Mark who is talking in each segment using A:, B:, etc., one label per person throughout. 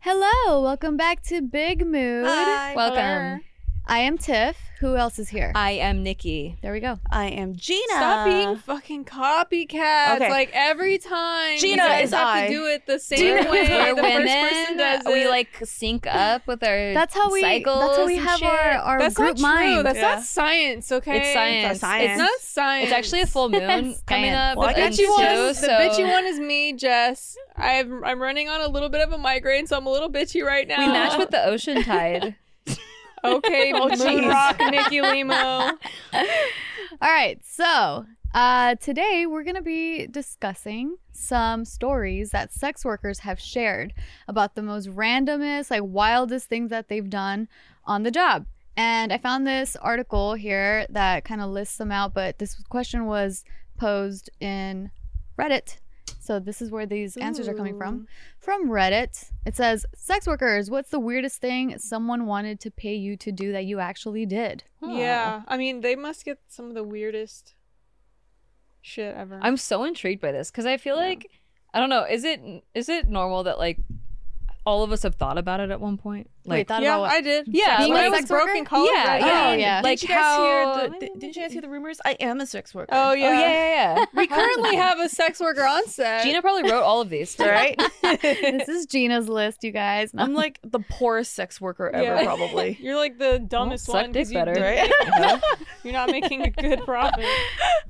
A: Hello, welcome back to Big Mood.
B: Hi.
C: Welcome.
A: I am Tiff. Who else is here?
C: I am Nikki.
A: there we go.
B: I am Gina.
D: Stop being fucking copycats.
B: Okay.
D: Like every time
B: Gina
D: you guys
B: is
D: have
B: I.
D: to do it the same
C: We're
D: way the first
C: women.
D: person does
C: We
D: it.
C: like sync up with our
A: That's how we.
C: cycles.
A: that's how we
C: and
A: have
C: shit.
A: our our
D: That's
A: group
D: not true.
A: mind.
D: That's
B: Yeah.
D: not science, okay?
C: It's science.
B: It's science.
D: It's not science.
C: It's actually a full moon coming
A: Science.
C: up.
B: Well, I
D: The
B: got
C: and
D: bitchy, one,
C: Joe,
D: is, the
C: so-
D: bitchy one is me, Jess. I'm I'm running on a little bit of a migraine, so I'm a little bitchy right now.
C: We match with Oh, the ocean tide.
D: okay, moon
B: jeez.
D: rock, Nikki Limo.
A: All right, so uh, today we're going to be discussing some stories that sex workers have shared about the most randomest, like wildest things that they've done on the job. And I found this article here that kind of lists them out, but this question was posed in Reddit. So this is where these answers are coming from. From Reddit, it says, Sex workers, what's the weirdest thing someone wanted to pay you to do that you actually did?
C: Huh.
D: Hmm. Yeah, I mean they must get some of the weirdest shit ever.
C: I'm so intrigued by this because I feel
D: Yeah.
C: like I don't know. Is it is it normal that like all of us have thought about it at one point?
A: Wait,
C: Like
A: thought
D: yeah,
A: about what?
D: I did.
C: Yeah,
D: when
C: like-
D: I was
A: Sex
D: broke
A: worker?
D: in college.
C: Yeah,
D: I did.
C: yeah.
A: Oh, yeah.
C: Like
B: Like did you guys
C: how?
B: hear the, did, didn't you guys hear the rumors? I am a sex worker.
D: Oh
C: Oh yeah,
D: yeah.
C: yeah, yeah.
D: We currently have a sex worker on set.
C: Gina probably wrote all of these.
B: right.
A: this is Gina's list, you guys. No.
B: I'm like the poorest sex worker ever,
D: Yeah.
B: probably.
D: You're like the dumbest
C: suck
D: one.
C: dick
D: 'cause you
C: better.
D: didn't
C: Uh-huh.
D: make- You're not making a good profit.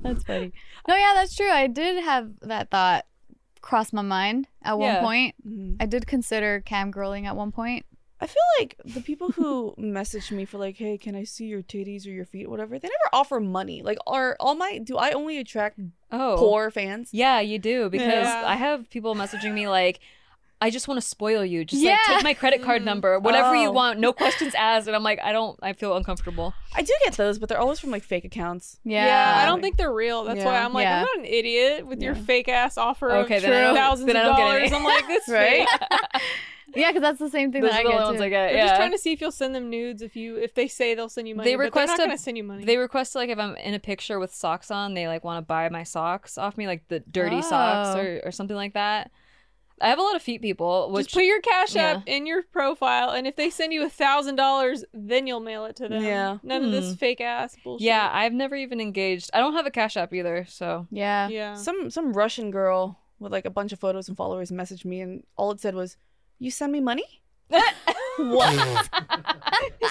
C: That's funny.
A: No, yeah, that's true. I did have that thought cross my mind at one
C: Yeah.
A: point.
B: Mhm.
A: I did consider cam girling at one point.
B: I feel like the people who message me for like, hey, can I see your titties or your feet, whatever, they never offer money. Like, are all my do I only attract
C: Oh,
B: poor fans?
C: Yeah, you do because
D: Yeah.
C: I have people messaging me like, "I just want to spoil you. Just
A: Yeah.
C: like take my credit card
D: Mm.
C: number, whatever you
B: Oh.
C: want, no questions asked." And I'm like, I don't. I feel uncomfortable.
B: I do get those, but they're always from like fake accounts.
A: Yeah.
D: I don't think they're real. That's why
B: Yeah.
D: I'm like,
A: Yeah.
D: I'm not an idiot with your
B: Yeah.
D: fake ass offer
C: Okay,
D: of
C: then I don't-
D: thousands
C: then I don't
D: of
C: get
D: dollars.
C: any.
D: I'm like, this
B: Right?
D: right.
A: Yeah, because that's the same thing
C: Those
A: that
C: are
A: I
C: the
A: get
C: ones
A: too.
C: I get.
D: They're
C: yeah.
D: just trying to see if you'll send them nudes. If you if they say they'll send you money,
C: They
D: but
C: request
D: they're
C: a-
D: not gonna send you money.
C: They request like if I'm in a picture with socks on, they like want to buy my socks off me, like the dirty socks
A: Oh.
C: or, or something like that. I have a lot of feet people, which
D: just put your cash
C: yeah.
D: app in your profile, and if they send you a thousand dollars, then you'll mail it to them.
B: Yeah.
D: None of this fake ass bullshit.
C: Hmm. yeah, I've never even engaged. I don't have a cash app either, so
A: Yeah.
D: Yeah.
B: Some some Russian girl with like a bunch of photos and followers messaged me, and all it said was, "You send me money." what?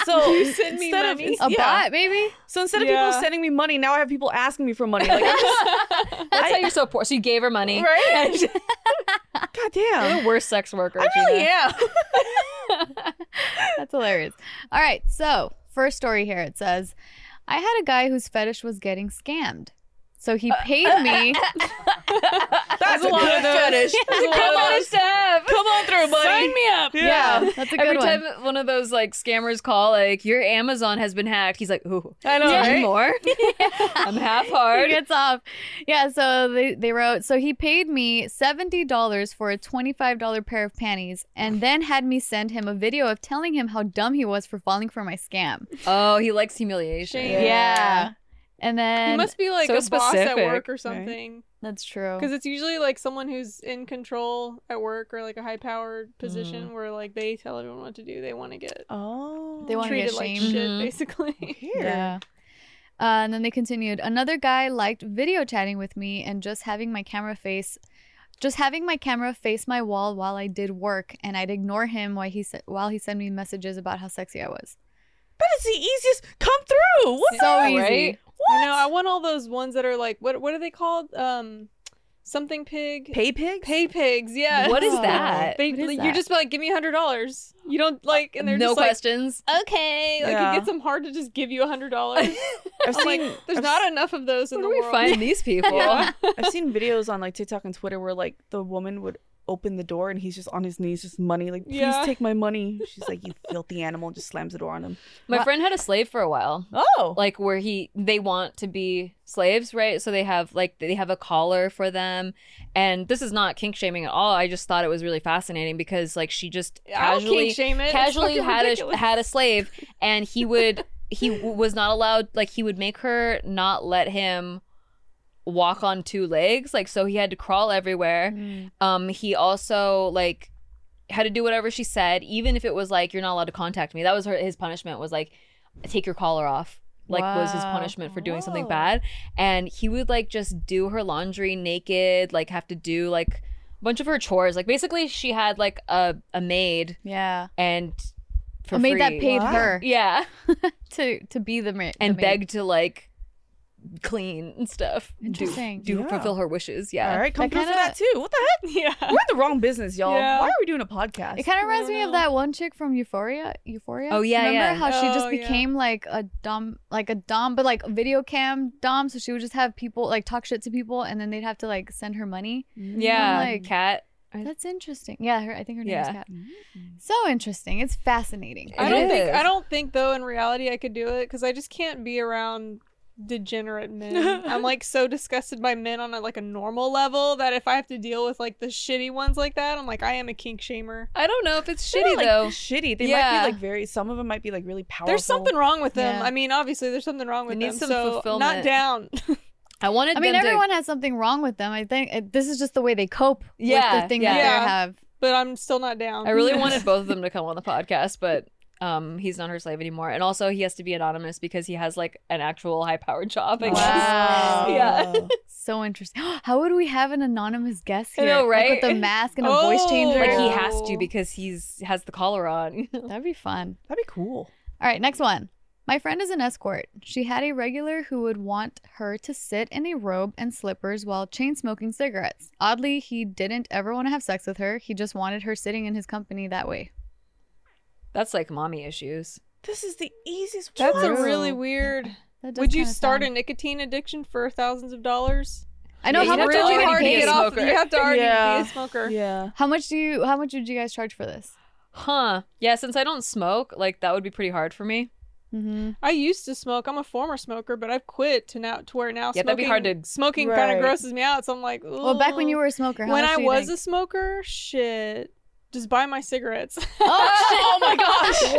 B: so
D: You send me
B: instead of-
D: money?
A: A
B: yeah.
A: bot, maybe?
B: So instead of
D: Yeah.
B: people sending me money, now I have people asking me for money. Like, I'm just-
C: that's
B: I-
C: how you're so poor. So you gave her money.
B: right? God
C: You're
B: damn.
C: the worst sex worker.
B: I really
C: Gina.
B: am.
A: That's hilarious. All right, so first story here it says, I had a guy whose fetish was getting scammed. So he
C: Uh,
A: paid me.
B: That's a
D: lot
B: good
D: of those.
B: fetish. That's a lot
C: Come
B: of
C: on,
B: those.
C: Steph.
B: Come on through, buddy.
D: Sign me up.
A: yeah. that's a good
C: Every
A: one.
C: time one of those like scammers call, like your Amazon has been hacked, he's like, "Ooh,
B: I know,
C: one
B: right?
C: more. I'm half
A: he
C: hard."
A: gets off. Yeah, so they, they wrote, so he paid me $70 for a $25 pair of panties and then had me send him a video of telling him how dumb he was for falling for my scam.
C: Oh, he likes humiliation.
D: Shame.
A: Yeah. And
D: He
A: then
D: must be like
C: so
D: a boss at
C: specific,
D: work or something.
A: that's true.
D: Because it's usually like someone who's in control at work or like a high powered position where like they tell everyone what to do. They want to get
B: Oh.
A: They wanna get
D: treated like
A: shamed.
D: shit,
C: Mhm.
D: basically.
B: Here.
A: Yeah. Uh, and then they continued. Another guy liked video chatting with me and just having my camera face, just having my camera face my wall while I did work, and I'd ignore him while he se- while he sent me messages about how sexy I was.
B: That is the easiest. Come through. What?
A: So
C: Yeah,
A: easy.
C: right?
D: I know. I want all those ones that are like what what are they called? Um, something pig.
B: Pay pigs?
D: Pay pigs. Yeah.
C: What is
A: Oh.
C: that?
D: They,
A: What is
D: like,
A: that?
D: You're just like give me a hundred dollars. You don't like, and they're
C: no
D: just like.
C: questions.
D: Okay, like
B: Yeah.
D: it gets them hard to just give you a hundred dollars.
B: I've
D: I'm like,
B: seen
D: there's
B: I've
D: not enough of those in
C: Where
D: the
C: do we
D: world.
C: find these people?
D: Yeah.
B: I've seen videos on like TikTok and Twitter where like the woman would open the door and he's just on his knees, just money, like please
D: Yeah.
B: take my money. She's like, you filthy animal, and just slams the door on him.
C: My friend had a slave for a while.
B: Oh,
C: like where he they want to be slaves right so they have like they have a collar for them and this is not kink shaming at all i just thought it was really fascinating because like she just
D: I don't
C: casually
D: kink shame it. It's
C: casually
D: fucking
C: had a
D: ridiculous.
C: had a slave and he would he w- was not allowed like he would make her not let him walk
A: Mm.
C: on two legs like so he had to crawl everywhere um he also like had to do whatever she said, even if it was like you're not allowed to contact me. That was her his punishment was like take your collar off. Like was his
A: Wow.
C: punishment for doing something
B: Whoa.
C: bad. And he would like just do her laundry naked, like have to do like a bunch of her chores. Like basically she had like a, a maid
A: Yeah.
C: and for
A: I made that
C: free.
A: paid
B: Wow.
A: her
C: Yeah.
A: to to be the ma-
C: And
A: the maid.
C: begged to like clean and stuff. Do,
A: Interesting.
C: do
B: Yeah.
C: fulfill her wishes. Yeah.
B: All right, come
A: That
B: through for
A: kinda-
B: that too. What the heck?
D: Yeah.
B: We're in the wrong business, y'all.
D: Yeah.
B: Why are we doing a podcast?
A: It kind of
D: I
A: reminds
D: don't
A: me of
D: know.
A: that one chick from Euphoria. Euphoria.
C: Oh, yeah,
A: Remember
C: yeah.
A: how she just
D: Oh, yeah.
A: became like a dom, like a dom, but like video cam dom. So she would just have people like talk shit to people, and then they'd have to like send her money.
B: Mm.
C: Yeah.
A: I'm like-
C: Cat.
A: That's interesting. Yeah, her, I think her name is
C: Yeah.
A: Kat. So interesting. It's fascinating.
C: It
D: I don't think I
C: is.
D: don't think though in reality I could do it because I just can't be around degenerate men. I'm like so disgusted by men on a, like a normal level that if I have to deal with like the shitty ones like that, I'm like I am a kink shamer.
C: I don't know if it's
B: They're
C: shitty
B: not, like,
C: though.
B: Shitty. They
C: Yeah.
B: might be like very. Some of them might be like really powerful.
D: There's something wrong with them.
A: Yeah.
D: I mean, obviously there's something wrong with
C: It needs
D: them.
C: some
D: so
C: fulfillment.
D: not down.
C: I wanted.
A: I mean,
C: them
A: everyone has something wrong with them. I think uh, this is just the way they cope with
C: Yeah,
A: the thing
C: yeah.
A: that they
D: Yeah.
A: have.
D: but I'm still not down.
C: To, I really wanted both of them to come on the podcast, but um, he's not her slave anymore, and also he has to be anonymous because he has like an actual high-powered job. I guess.
A: Wow.
C: Yeah.
A: So interesting. How would we have an anonymous guest
C: I
A: here?
C: know,
A: Like,
C: right?
A: with the mask and a
D: Oh,
A: voice changer.
C: Like he
D: ha-
C: has to because he's has the collar on.
A: That'd be fun.
B: That'd be cool.
A: All right, next one. My friend is an escort. She had a regular who would want her to sit in a robe and slippers while chain smoking cigarettes. Oddly, he didn't ever want to have sex with her. He just wanted her sitting in his company that way.
C: That's like mommy issues.
B: This is the easiest.
D: That's
B: one.
D: a really
A: True.
D: weird.
A: That does
D: Would you
A: kinda
D: start a
A: sound-
D: nicotine addiction for thousands of dollars?
A: I know
C: Yeah,
A: how
C: you'd have
A: much
C: to
A: would you
C: already
A: already
C: be a
A: get
D: get off.
C: smoker.
D: You have to already
B: Yeah.
D: be a smoker.
B: Yeah.
A: How much do you? How much would you guys charge for this?
C: Huh? Yeah. Since I don't smoke, like that would be pretty hard for me.
A: Mm-hmm.
D: I used to smoke. I'm a former smoker, but I've quit to now to where now
C: Yeah,
D: smoking,
C: that'd be hard to-
D: smoking kind
B: Right.
D: of grosses me out. So I'm like,
A: Well, back when you
D: "Ugh."
A: were a smoker, how
D: when
A: much
D: I
A: do you
D: was
A: think?
D: a smoker, shit, just buy my cigarettes.
A: oh,
C: my gosh!
A: shit.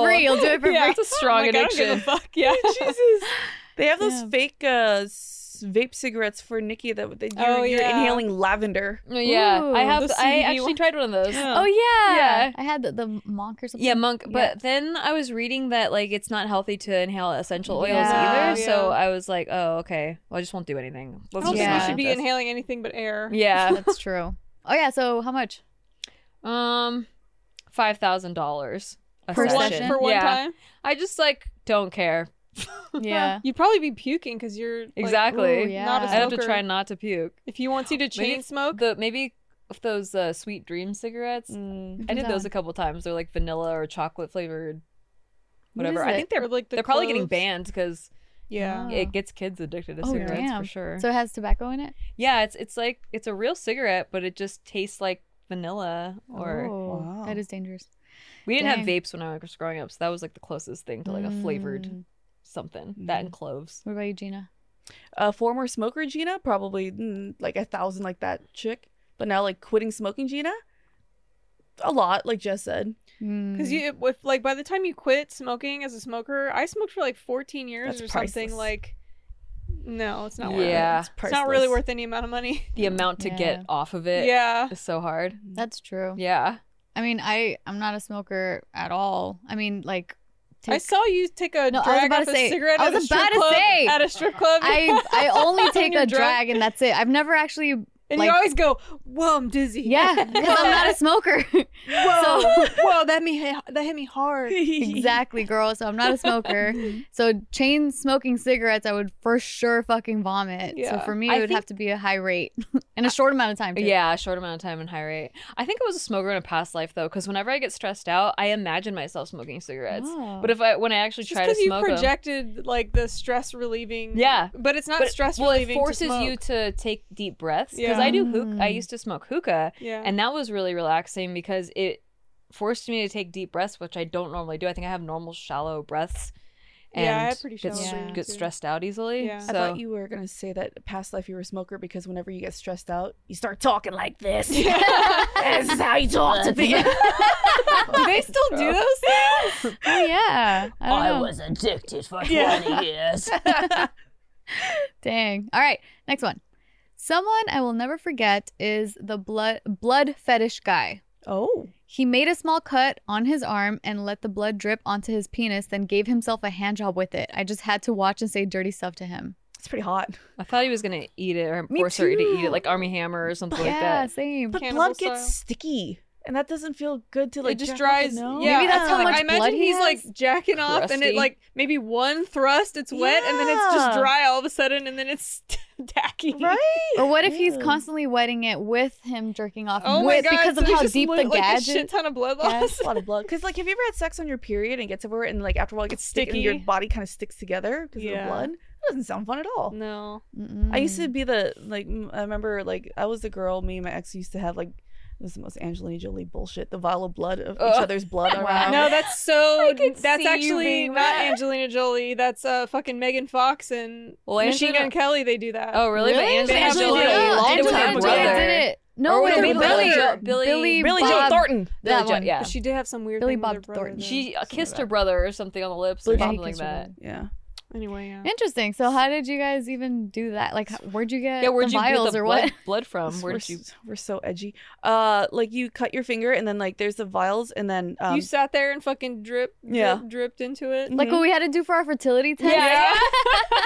A: for free, you'll do it for
D: Yeah.
A: free.
C: That's a strong
D: like, I don't
C: addiction.
D: give a fuck. Yeah.
B: Jesus. They have those
A: Yeah.
B: fake uh, s- vape cigarettes for Nikki that they, you're,
D: Oh,
B: you're
D: yeah.
B: inhaling lavender.
C: Yeah, I
A: Ooh,
C: have.
D: the
C: I
D: CBD
C: actually
D: one.
C: tried one of those.
D: Yeah.
A: Oh yeah,
C: Yeah.
A: I had the, the monk or something.
C: Yeah, monk. But
A: Yeah.
C: then I was reading that like it's not healthy to inhale essential oils
A: Yeah.
C: either.
D: Yeah.
C: So I was like, oh okay, well I just won't do anything.
D: I
C: Let's
D: don't
C: just
D: think
A: Yeah.
D: you should be
C: this.
D: inhaling anything but air.
C: Yeah.
A: that's true. Oh yeah. So how much?
C: um, five thousand dollars
A: Per
D: For one,
A: session.
D: for one
C: yeah.
D: time,
C: I just like don't care.
A: Yeah.
D: you'd probably be puking because you're like,
C: Exactly.
A: Ooh,
D: not a
A: Oh, yeah.
C: I have to
D: smoker.
C: try not to puke.
D: If he wants you to
C: Maybe
D: chain
C: if
D: smoke,
C: The maybe if those uh, sweet dream cigarettes.
D: Mm,
C: I did those a couple times. They're like vanilla or chocolate flavored,
A: What is
C: whatever. I
A: it?
C: think they're
D: or, like the
C: they're probably getting
D: cloves.
C: banned because
D: Yeah.
A: Oh.
C: it gets kids addicted to
A: Oh,
C: cigarettes
A: damn.
C: for sure.
A: So it has tobacco in it.
C: yeah, it's it's like it's a real cigarette, but it just tastes like vanilla. Or
A: Oh,
B: Wow.
A: that is dangerous.
C: we didn't have
A: Dang.
C: vapes when I was growing up, so that was like the closest thing to like a flavored
A: Mm.
C: something. That
B: Mm.
C: and cloves.
A: What about you, Gina?
B: A former smoker, Gina, probably mm, like a thousand, like that chick. But now, like quitting smoking, Gina, a lot, like Jess said.
A: Mm,
D: Because you, if, like, by the time you quit smoking as a smoker, I smoked for like 14 years
B: That's
D: or
B: priceless.
D: something. Like, no, it's not worth it.
C: Yeah.
B: it's,
D: It's not really
B: priceless.
D: worth any amount of money.
C: The amount to
A: Yeah.
C: get off of it is
D: yeah.
C: so hard.
A: That's true.
C: Yeah.
A: I mean, I I'm not a smoker at all. I mean, like,
D: I
A: take-
D: saw you take a
A: No, I was
D: drag
A: about
D: off
A: to
D: a
A: say-
D: cigarette
A: I
D: at
A: was
D: a strip
A: about to
D: club.
A: say.
D: At a strip club.
A: I I only take
D: you're
A: a
D: drunk.
A: drag and that's it. I've never actually
D: and
A: like-
D: you always go, whoa, I'm dizzy.
A: yeah because I'm not a smoker.
D: Whoa,
A: So-
D: whoa, that, me, that hit me hard.
A: exactly, girl. So I'm not a smoker.
D: Mm-hmm.
A: So chain smoking cigarettes, I would for sure fucking vomit. So
D: Yeah.
A: for me,
C: I
A: it would
C: think-
A: have to be a high rate in a short amount of time. too.
C: Yeah, short amount of time and high rate. I think I was a smoker in a past life though, because whenever I get stressed out, I imagine myself smoking cigarettes.
A: Oh.
C: But if I when I actually
D: Just
C: try to
D: because you
C: smoke 'em-
D: projected like the stress relieving.
C: Yeah.
D: but it's not
C: but
D: stress
C: well, it
D: relieving. to
C: forces you
D: smoke.
C: to take deep breaths because
D: Yeah.
C: I do. Hook- I
A: Mm.
C: used to smoke hookah,
D: Yeah,
C: and that was really relaxing because it forced me to take deep breaths, which I don't normally do. I think I have normal shallow breaths, and
D: Yeah, I have pretty
C: get,
D: shallow
C: str-
A: breaths,
C: get
D: too.
C: stressed out easily.
D: Yeah. I
B: I
C: So
B: thought you were gonna say that past life you were a smoker because whenever you get stressed out, you start talking like this. this is how you talk to people.
D: do they still do those things?
A: Oh, yeah. I, don't know.
E: was addicted for
D: Yeah.
E: 20 years.
A: Dang. All right, next one. Someone I will never forget is the blood blood fetish guy.
B: Oh.
A: He made a small cut on his arm and let the blood drip onto his penis, then gave himself a hand job with it. I just had to watch and say dirty stuff to him.
B: It's pretty hot.
C: I thought he was gonna eat it or
B: Me
C: force her to eat
B: too.
C: it, like Army Hammer or something like
A: yeah,
C: that.
A: same.
B: But
D: Cannibal
B: blood gets
D: style.
B: sticky, and that doesn't feel good to like.
D: it
B: jack
D: just
B: off
D: dries.
B: to know.
D: Yeah,
A: Maybe that's
D: so,
A: how
D: like,
A: much
D: I imagine
A: blood he
D: he's
A: has.
D: like jacking off, and
C: Crusty.
D: it like maybe one thrust, it's wet, and then it's just
B: Yeah.
D: dry all of a sudden, and then it's tacky.
B: Right.
A: Or what if he's
B: Ew.
A: constantly wetting it with him jerking off
D: Oh
A: with
D: my god!
A: because
D: so
A: of
D: he
A: how
D: just
A: deep the
D: looked like a
A: gadget?
D: shit ton of blood
A: Yeah.
D: loss.
B: a lot of blood. Because like, have you ever had sex on your period and gets over it, and like after a while it gets sticky, and your
D: Sticky.
B: body kind of sticks together because of
D: Yeah.
B: the blood? That doesn't sound fun at all.
D: No.
A: Mm-mm.
B: I used to be the like m- I remember like I was the girl. Me and my ex used to have like it was the most Angelina Jolie bullshit. The vial of blood of each
C: Ugh.
B: other's blood
A: Wow.
B: around.
D: No, that's so.
C: I can see
D: That's
C: you
D: actually
C: being
D: not
C: mad.
D: Angelina Jolie. That's uh fucking Megan Fox and
C: Well,
D: Machine
C: Angela-
D: Gun Kelly. They do that.
C: Oh really? But
A: Really?
C: Angelina
D: They actually
C: Jolie-
D: did it a
C: Yeah,
D: long
C: it was her
D: time ago.
C: brother.
A: Did it. No,
C: Or
A: it
C: with
A: was
C: her
A: Billy.
C: brother.
A: Billy,
C: Billy-
B: Billy Joe
A: Bob.
B: Thornton.
A: That
C: Billy Jo-
A: one.
C: yeah.
D: But she did have some weird
A: Billy
D: thing
A: Bob
D: with her brother,
A: Thornton.
D: though.
C: She uh,
B: Something
C: kissed
B: like
C: her
B: that.
C: brother or something on the lips or
A: Yeah, he
C: something like
A: kissed her
C: that.
A: brother.
B: Yeah.
D: Anyway, yeah.
A: Interesting. So how did you guys even do that? Like, h- where'd you get
C: Yeah, where'd
A: the
C: you get
A: vials
C: the
A: or
C: blood,
A: what?
C: blood from?
B: We're
C: Where did
B: s-
C: Um, you?
B: We're so edgy. Uh, like you cut your finger and then like there's the vials and then um.
D: you sat there and fucking drip, drip
B: Yeah.
D: dripped into it.
A: Like what we had to do for our fertility test.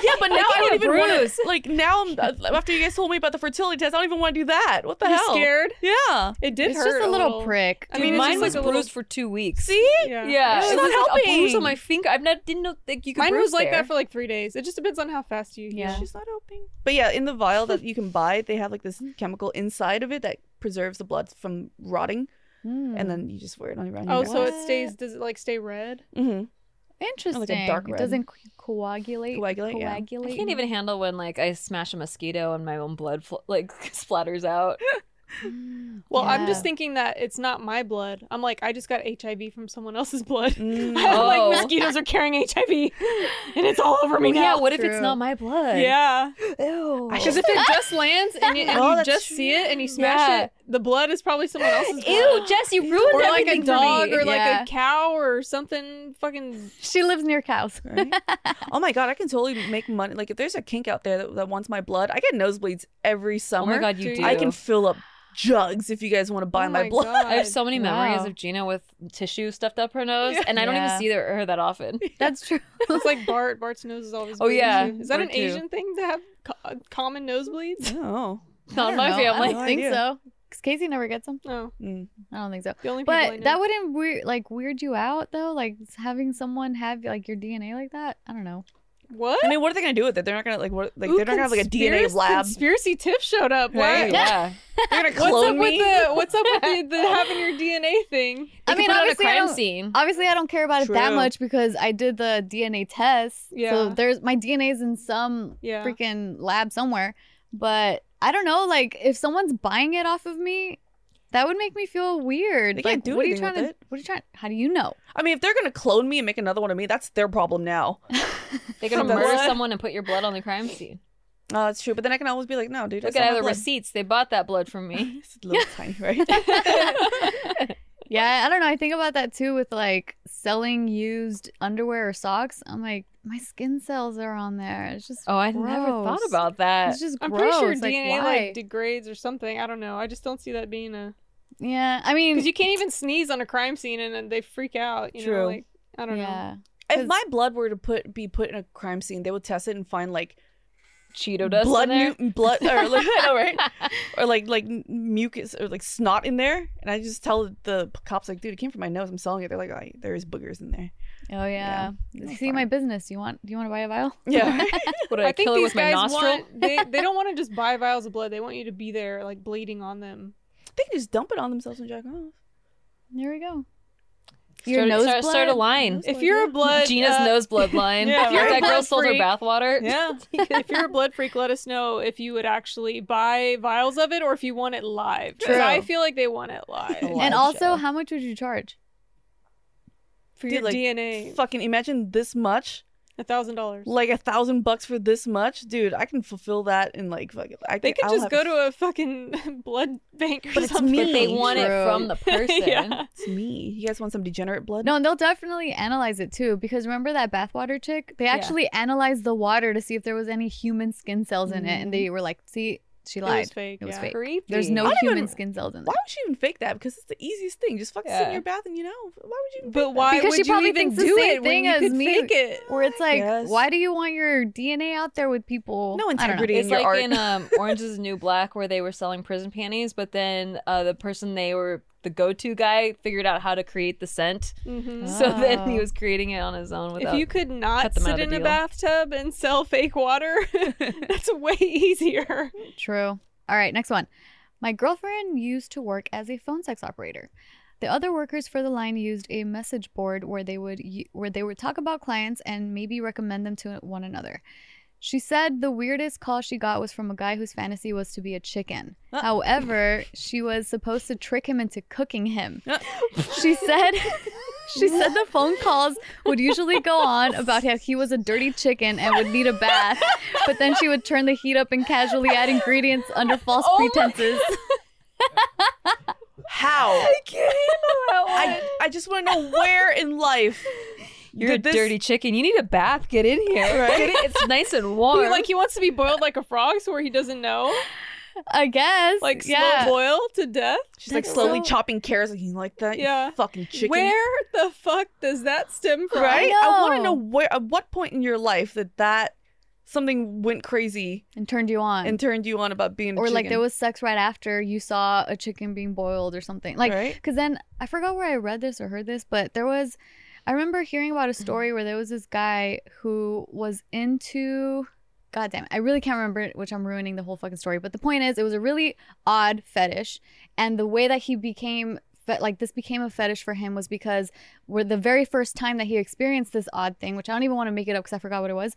B: yeah, but now I don't even want
C: bruise.
B: to. Like now, I'm, uh, after you guys told me about the fertility test, I don't even want to do that. What the
D: You're
B: hell?
D: scared.
B: Yeah.
D: It did
A: It's
D: hurt.
A: just a little,
D: prick.
A: prick.
D: I mean, it's
C: mine
D: just
C: was
D: like a
C: bruised for
D: little-
C: two weeks.
B: See?
D: Yeah.
C: Yeah,
B: It's
C: it was
B: not
C: like a bruise
B: helping.
C: on my finger. I've not didn't know like you could.
D: Mine
C: bruise
D: was like
C: there.
D: that for like three days. It just depends on how fast you.
A: Yeah.
B: She's not helping. But yeah, in the vial that you can buy, they have like this chemical inside of it that preserves the blood from rotting,
A: Mm.
B: and then you just wear it on around your
D: Oh,
B: neck.
D: so it
A: What?
D: stays? Does it like stay red?
B: Mhm.
A: interesting.
B: dark
A: it
B: red.
A: doesn't co- coagulate.
B: Coagulate, yeah.
C: I
A: Coagulate.
C: can't even handle when like I smash a mosquito and my own blood fl- like splatters out.
A: even.
D: Well, I'm just thinking that it's not my blood. I'm like, I just got HIV from someone else's blood.
B: Mm.
D: I'm
C: Oh.
D: like mosquitoes are carrying HIV, and it's all over me
C: yeah,
D: now.
C: what if it's
A: True.
C: not my blood?
D: Yeah,
C: Ew.
D: because if it just lands and you, and
B: Oh,
D: you
B: that's
D: just see it and you smash
C: Yeah.
D: it, the blood is probably someone else's. blood.
C: Ew, Jess, you ruined
D: Or like a
C: everything for
D: dog,
C: me.
D: or like
A: Yeah.
D: a cow, or something. Fucking
A: She lives near cows.
B: Right? oh my god, I can totally make money. Like if there's a kink out there that, that wants my blood, I get nosebleeds every summer.
C: oh my god, you
D: Do
C: do.
D: you?
B: I can fill up jugs if you guys want to buy
D: oh
B: my, blood.
D: God.
C: I have so many memories
A: Wow.
C: of Gina with tissue stuffed up her nose,
B: Yeah.
C: and I don't
A: Yeah.
C: even see her, her that often.
A: That's true.
D: It's like Bart. Bart's nose is always.
C: Oh,
D: bleeding,
C: yeah.
D: too. Is that
C: Bart,
D: an
C: too.
D: Asian thing to have co- uh, common nosebleeds?
B: Oh.
C: Not in
A: I don't
C: my
A: know. I
C: family.
A: don't
B: No
A: think
B: idea.
A: so. 'Cause Casey never gets them.
D: No,
B: Mm.
A: I don't think so.
D: Oh, the only people I
A: But
D: know.
A: that wouldn't weird like weird you out though, like having someone have like your DNA like that. I don't know.
D: what?
B: I mean, what are they gonna do with it? They're not gonna like what? Like
D: Ooh,
B: they're not gonna have like a DNA
D: conspiracy-
B: lab.
D: Conspiracy Tiff showed up.
B: Right.
D: What?
C: Yeah.
B: They're gonna
D: What's up
B: clone
D: with
B: me.
D: the What's up with the, the having your DNA thing?
A: I
C: They could
A: mean,
C: put on a
A: obviously, I
C: crime
A: don't-
C: scene.
A: Obviously, I don't care about it that
B: True.
A: much because I did the DNA test. So
D: Yeah.
A: there's my DNA's in some
D: Yeah.
A: freaking lab somewhere. But I don't know, like if someone's buying it off of me, that would make me feel weird.
B: They
A: like
B: can't do
A: what are you
B: anything
A: trying
B: with
A: to
B: it.
A: what are you trying how do you know?
B: I mean, if they're gonna clone me and make another one of me, that's their problem now.
C: They're gonna
B: From the
C: murder
B: blood?
C: someone and put your blood on the crime scene.
B: Oh, that's true. But then I can always be like, no, dude,
C: Look
B: that's
C: at
B: not
C: all the
B: my
C: receipts. They bought that blood from me.
B: blood. It's a little tiny, right?
A: Yeah, I don't know. I think about that too with like selling used underwear or socks. I'm like, my skin cells are on there. It's just
C: Oh, I never thought
A: Gross.
C: about that.
A: it's just
D: Uh, I'm
A: gross.
D: pretty sure
A: like,
D: DNA like,
A: why?
D: degrades or something. I don't know. I just don't see that being a
A: yeah. I mean,
D: because you can't even sneeze on a crime scene and, then they freak out. You
B: True.
D: know, like I don't know.
A: yeah.
B: if
A: 'Cause-
B: my blood were to put be put in a crime scene, they would test it and find like
C: Cheeto dust.
B: blood,
C: in there.
B: mu- blood, or like I know, right? or like like m- mucus or like snot in there. And I just tell the p- cops like, dude, it came from my nose. I'm selling it. They're like, oh, there is boogers in there.
A: Oh yeah.
B: no,
A: See
B: sorry.
A: my business. You want? Do you want to buy a vial?
B: Yeah.
C: Would
D: I,
C: I,
D: think
C: kill her
D: these
C: with my
D: guys
C: nostril?
D: want they, they don't want to just buy vials of blood. They want you to be there like bleeding on them.
B: they can just dump it on themselves and jack off.
A: There we go.
C: start, start, start a line.
D: If you're a blood
C: Gina's
D: uh,
C: nose blood line.
B: Yeah,
C: if you're
B: right.
C: that girl
D: Blood
C: sold her
D: freak.
C: bathwater.
B: Yeah.
D: if you're a blood freak, let us know if you would actually buy vials of it or if you want it live. 'Cause
A: True.
D: I feel like they want it live
B: Live.
A: And
B: Blood
A: also,
B: show.
A: how much would you charge?
D: for
B: Dude,
D: your
B: like,
D: DNA.
B: Fucking imagine this much,
D: A thousand dollars.
B: like a thousand bucks for this much, dude. I can fulfill that in like fucking. I
D: They
B: can,
D: could
B: I'll
D: just
B: have-
D: go to a fucking blood bank or
B: But it's
D: something.
B: me.
C: But they want
A: True.
C: it from the person.
D: yeah.
B: It's me. You guys want some degenerate blood?
A: No, and they'll definitely analyze it too. Because remember that bathwater chick? They
C: Yeah.
A: actually analyzed the water to see if there was any human skin cells in it, and they were like, "See, She
D: It was
A: lied.
D: fake.
A: It was
D: yeah.
A: fake.
C: Creepy.
A: There's no
B: don't
A: human
B: even-
A: skin cells in
B: Why
A: there.
B: would you even fake that? Because it's the easiest thing. Just fucking sit
D: Yeah.
B: in your bath and you know. Why would you? Even
D: But
B: fake
D: why
A: Because
D: would
A: she
D: you
A: probably
D: even
A: thinks the
D: do
A: same
D: it when
A: thing
D: you
A: as
D: could
A: me.
D: fake it?
A: Where it's like,
B: Yes.
A: why do you want your DNA out there with people?
B: No
A: I don't know.
B: integrity.
C: It's
B: in your
C: like
B: art.
C: in um, Orange is the New Black where they were selling prison panties, but then uh, the person they were the go-to guy figured out how to create the scent,
D: Mhm.
C: so then he
A: Oh.
C: was creating it on his own without.
D: If you could not
C: cut them out
D: sit
C: of
D: in
C: the
D: a
C: deal.
D: bathtub and sell fake water, that's way easier.
A: True. All right, next one. My girlfriend used to work as a phone sex operator. The other workers for the line used a message board where they would y- where they would talk about clients and maybe recommend them to one another. She said the weirdest call she got was from a guy whose fantasy was to be a chicken.
B: Uh.
A: However, she was supposed to trick him into cooking him.
B: Uh.
A: She said she said the phone calls would usually go on about how he was a dirty chicken and would need a bath, but then she would turn the heat up and casually add ingredients under false
C: Oh my-
A: pretenses.
B: How? I, I just want to know where in life
C: You're a
B: did this-
C: dirty chicken. You need a bath. Get in here.
B: Right?
C: Get in- It's nice and warm.
D: He, like he wants to be boiled like a frog, so where he doesn't know,
A: I guess.
D: like
A: yeah.
D: slow boil to death.
B: She's like
A: That's
B: slowly
A: so-
B: chopping carrots. Like you like that? you
D: Yeah.
B: Fucking chicken.
D: Where the fuck does that stem from?
B: Right? I, want to
A: know.
B: know where. At what point in your life that that something went crazy
A: and turned you on.
B: and turned you on about being a
A: or like
B: chicken?
A: there was sex right after you saw a chicken being boiled or something. Like
B: Right?
A: Because then I forgot where I read this or heard this, but there was, I remember hearing about a story where there was this guy who was into, God damn it, I really can't remember it, which I'm ruining the whole fucking story. But the point is, it was a really odd fetish. And the way that he became, fe- like, this became a fetish for him was because where the very first time that he experienced this odd thing, which I don't even want to make it up because I forgot what it was,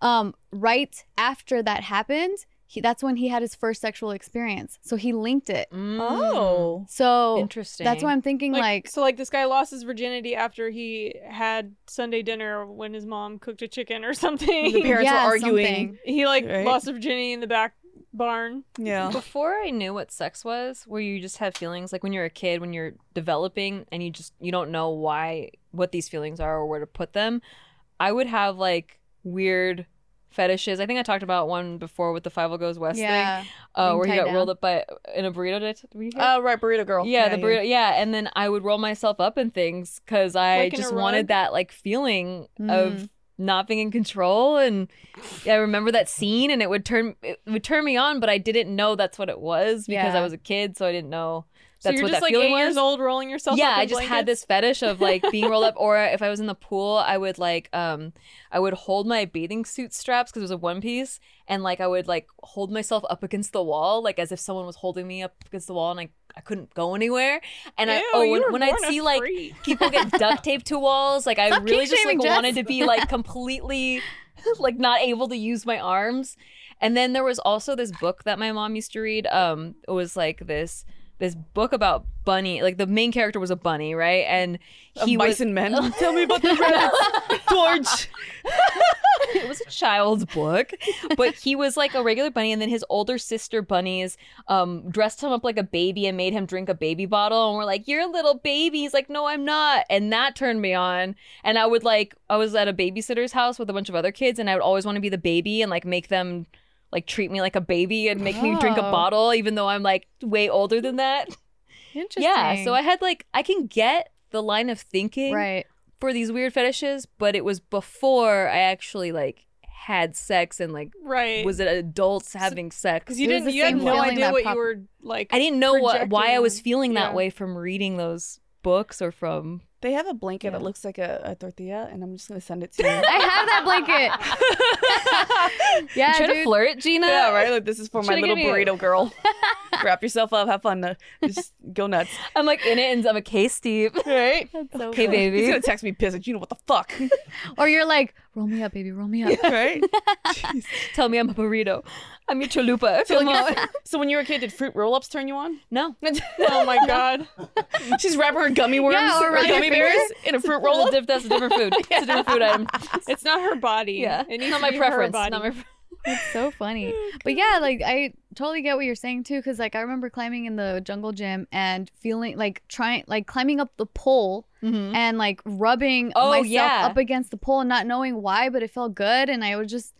A: um, right after that happened, he, that's when he had his first sexual experience. So he linked it.
C: Mm.
B: Oh.
A: So
C: interesting.
A: that's why I'm thinking,
D: Like,
A: like,
D: so like this guy lost his virginity after he had Sunday dinner when his mom cooked a chicken or
B: The
D: something.
B: parents
A: Yeah,
B: are arguing.
A: something.
D: he like
B: Right.
D: lost his virginity in the back barn.
B: Yeah.
C: Before I knew what sex was, where you just have feelings, like when you're a kid, when you're developing, and you just you don't know why what these feelings are or where to put them. I would have like weird fetishes. I think I talked about one before with the Five Will Goes West
A: yeah,
C: thing, uh,
A: being
C: where he
A: tied
C: got
A: down.
C: rolled up by in a burrito. Did I, were you here?
B: Oh right, burrito girl.
C: yeah, the burrito. Yeah. and then I would roll myself up in things because I
D: Like in a
C: just
D: rug?
C: wanted that like feeling
A: Mm.
C: of not being in control. And I remember that scene, and it would turn it would turn me on, but I didn't know that's what it was because
A: Yeah.
C: I was a kid, so I didn't know
D: So
C: that's
D: you're
C: what
D: just
C: that
D: like eight
C: feeling
D: years
C: was.
D: old rolling yourself.
C: yeah,
D: up in
C: I just had
D: blankets?
C: this fetish of like being rolled up, or if I was in the pool, I would like um I would hold my bathing suit straps because it was a one piece, and like I would like hold myself up against the wall, like as if someone was holding me up against the wall, and I I couldn't go anywhere. And I
D: Ew,
C: oh
D: you
C: when,
D: were
C: when I'd
D: born a
C: see like
D: freak.
C: people get duct taped to walls. Like I
A: Stop
C: really
A: kink
C: just like
A: shaming, Jess.
C: wanted to be like completely like not able to use my arms. And then there was also this book that my mom used to read. Um, it was like this this book about bunny. Like the main character was a bunny, right? And
B: Of
C: he was
B: bison men. Tell me about the red torch.
C: it was a child's book, but he was like a regular bunny, and then his older sister bunnies um, dressed him up like a baby and made him drink a baby bottle, and we're like, "You're a little baby." He's like, "No, I'm not," and that turned me on. And I would like, I was at a babysitter's house with a bunch of other kids, and I would always want to be the baby and like make them like treat me like a baby and make me drink a
A: Oh.
C: bottle, even though I'm like way older than that.
A: interesting.
C: Yeah, so I had like, I can get the line of thinking
A: right,
C: for these weird fetishes, but it was before I actually like had sex and like
D: right
C: was it adults having sex.
D: because you
A: It was
D: didn't
A: the
D: you had
A: same
D: no
A: feeling
D: idea
A: that
D: what
A: pop-
D: you were like.
C: I didn't know what why I was
D: projecting,
C: feeling that
D: yeah.
C: way from reading those books or from
B: They have a blanket that
C: Yeah.
B: looks like a, a tortilla, and I'm just gonna send it to you.
A: I have that blanket.
C: You
A: Yeah,
C: trying to
A: dude.
C: flirt, Gina.
B: yeah, right. Like this is for my
C: Should've
B: little
C: given you-
B: burrito girl. Wrap yourself up. Have fun. uh, Just go nuts.
C: I'm like in it and I'm a K Steve.
B: Right.
A: So funny.
C: Hey baby.
B: He's gonna text me pissed. You know what the fuck,
A: Or you're like, roll me up, baby, roll me up.
B: right? Jeez.
C: Tell me I'm a burrito. I'm your chalupa.
B: So,
C: Come
B: like,
C: on.
B: so when you were a kid, did fruit roll-ups turn you on?
C: No.
D: Oh my god!
B: She's wrapping her gummy worms
A: or
B: or,
A: around your
B: gummy
A: finger.
B: bears in a fruit
C: That's a
B: roll-up.
C: diff- that's a different food. It's a different food item.
D: It's not her body.
C: Yeah.
D: it needs
C: Not
D: to
C: my
D: be her
C: preference.
D: body.
C: Not my pre-
A: That's so funny.
C: Oh,
A: But yeah, like I totally get what you're saying too, because like I remember climbing in the jungle gym and feeling like trying, like climbing up the pole
C: Mhm.
A: and like rubbing
C: Oh,
A: myself
C: yeah.
A: up against the pole and not knowing why, but it felt good and I would just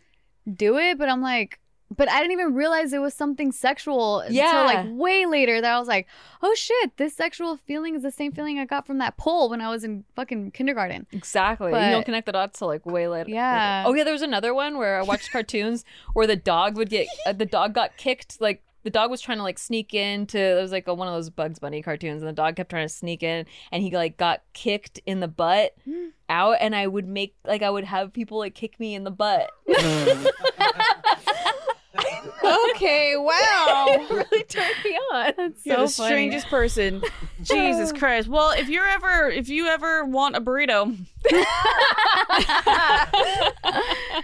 A: do it. But I'm like, but I didn't even realize it was something sexual until
C: Yeah.
A: like way later that I was like, oh shit, this sexual feeling is the same feeling I got from that pole when I was in fucking kindergarten.
C: Exactly.
A: But-
C: you don't connect the dots till like way later.
A: Yeah.
C: Oh yeah, there was another one where I watched cartoons where the dog would get uh, the dog got kicked like the dog was trying to like sneak into there was like a, one of those Bugs Bunny cartoons and the dog kept trying to sneak in and he like got kicked in the butt out and I would make like I would have people like kick me in the butt.
D: okay, wow.
C: It really turned me on.
A: That's
B: You're
A: so
B: the
A: funny.
B: strangest person. Jesus Christ. Well, if you're ever if you ever want a burrito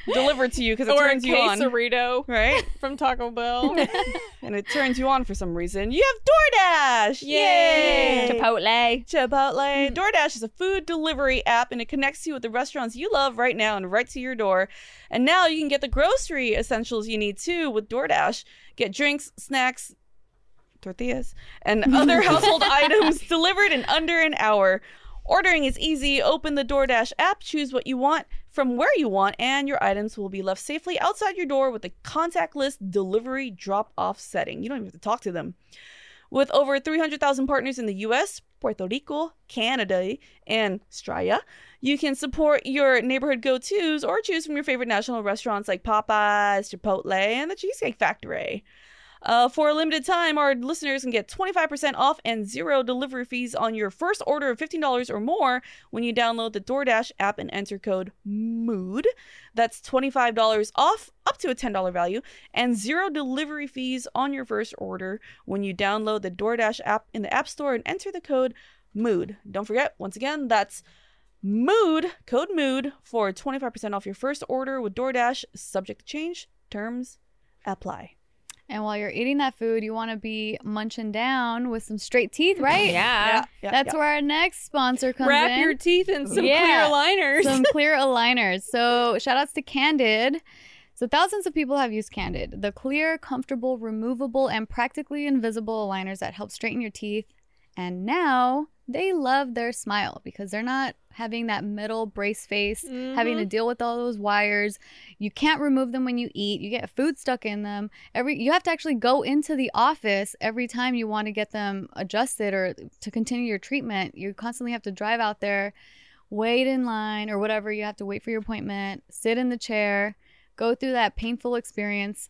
B: delivered to you because it
D: or a
B: turns you on,
D: quesarito
B: right?
D: from Taco Bell. Mm-hmm.
B: And it turns you on for some reason. You have DoorDash. Yay!
C: Chipotle.
B: Chipotle. DoorDash is a food delivery app and it connects you with the restaurants you love right now and right to your door. And now you can get the grocery essentials you need too with DoorDash. Get drinks, snacks, tortillas, and other household items delivered in under an hour. Ordering is easy. Open the DoorDash app, choose what you want from where you want, and your items will be left safely outside your door with a contactless delivery drop off setting. You don't even have to talk to them. With over 300,000 partners in the US, Puerto Rico, Canada, and Australia, you can support your neighborhood go tos or choose from your favorite national restaurants like Popeyes, Chipotle, and the Cheesecake Factory. Uh, for a limited time, our listeners can get 25% off and zero delivery fees on your first order of $15 or more when you download the DoorDash app and enter code MOOD. That's $25 off, up to a $10 value, and zero delivery fees on your first order when you download the DoorDash app in the App Store and enter the code MOOD. Don't forget, once again, that's MOOD, code MOOD, for 25% off your first order with DoorDash, subject to change, terms apply.
A: And while you're eating that food, you want to be munching down with some straight teeth, right?
C: Yeah.
B: yeah,
A: That's where our next sponsor comes
D: Wrap
A: in.
D: your teeth in some
C: Yeah.
D: clear liners.
A: some clear aligners. So shout outs to Candid. So thousands of people have used Candid, the clear, comfortable, removable, and practically invisible aligners that help straighten your teeth. And now they love their smile because they're not having that middle brace face, having to deal with all those wires. You can't remove them when you eat. You get food stuck in them. Every you have to actually go into the office every time you want to get them adjusted or to continue your treatment. You constantly have to drive out there wait in line or whatever you have to wait for your appointment sit in the chair go through that painful experience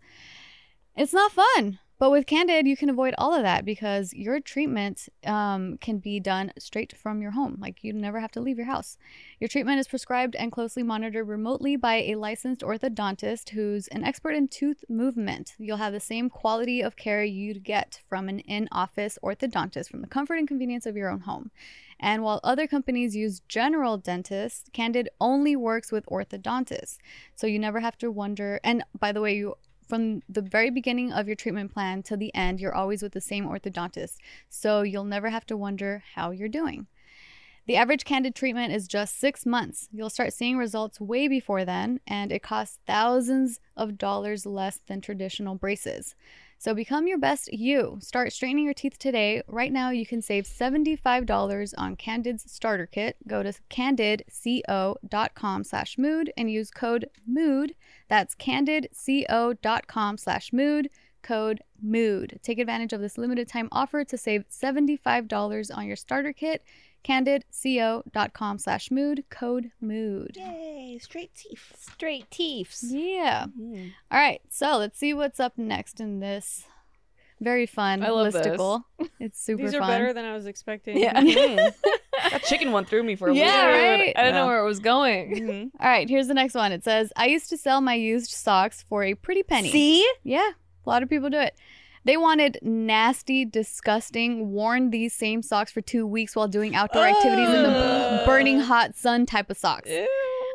A: it's not fun but with candid you can avoid all of that because your treatment um, can be done straight from your home like you never have to leave your house your treatment is prescribed and closely monitored remotely by a licensed orthodontist who's an expert in tooth movement you'll have the same quality of care you'd get from an in-office orthodontist from the comfort and convenience of your own home and while other companies use general dentists, Candid only works with orthodontists. So you never have to wonder. And by the way, you from the very beginning of your treatment plan to the end, you're always with the same orthodontist. So you'll never have to wonder how you're doing. The average Candid treatment is just six months. You'll start seeing results way before then, and it costs thousands of dollars less than traditional braces. So become your best you. Start straightening your teeth today. Right now, you can save $75 on Candid's starter kit. Go to candidco.com slash mood and use code mood. That's candidco.com slash mood, code mood. Take advantage of this limited time offer to save $75 on your starter kit. Candidco.com slash mood, code mood.
B: Yay, straight teeth.
C: Straight teeths.
A: Yeah.
B: Mm-hmm.
A: All right, so let's see what's up next in this very fun
C: I love this.
A: listicle. It's super
D: These are
A: fun.
D: better than I was expecting.
C: Yeah.
B: That chicken one threw me for a
A: Yeah,
B: loop.
A: right?
C: I don't know
B: Yeah.
C: where it was going.
B: Mhm.
A: All right, here's the next one. It says, "I used to sell my used socks for a pretty penny."
C: See?
A: Yeah, a lot of people do it. They wanted nasty, disgusting, worn these same socks for two weeks while doing outdoor activities in the
D: Ugh.
A: burning hot sun type of socks.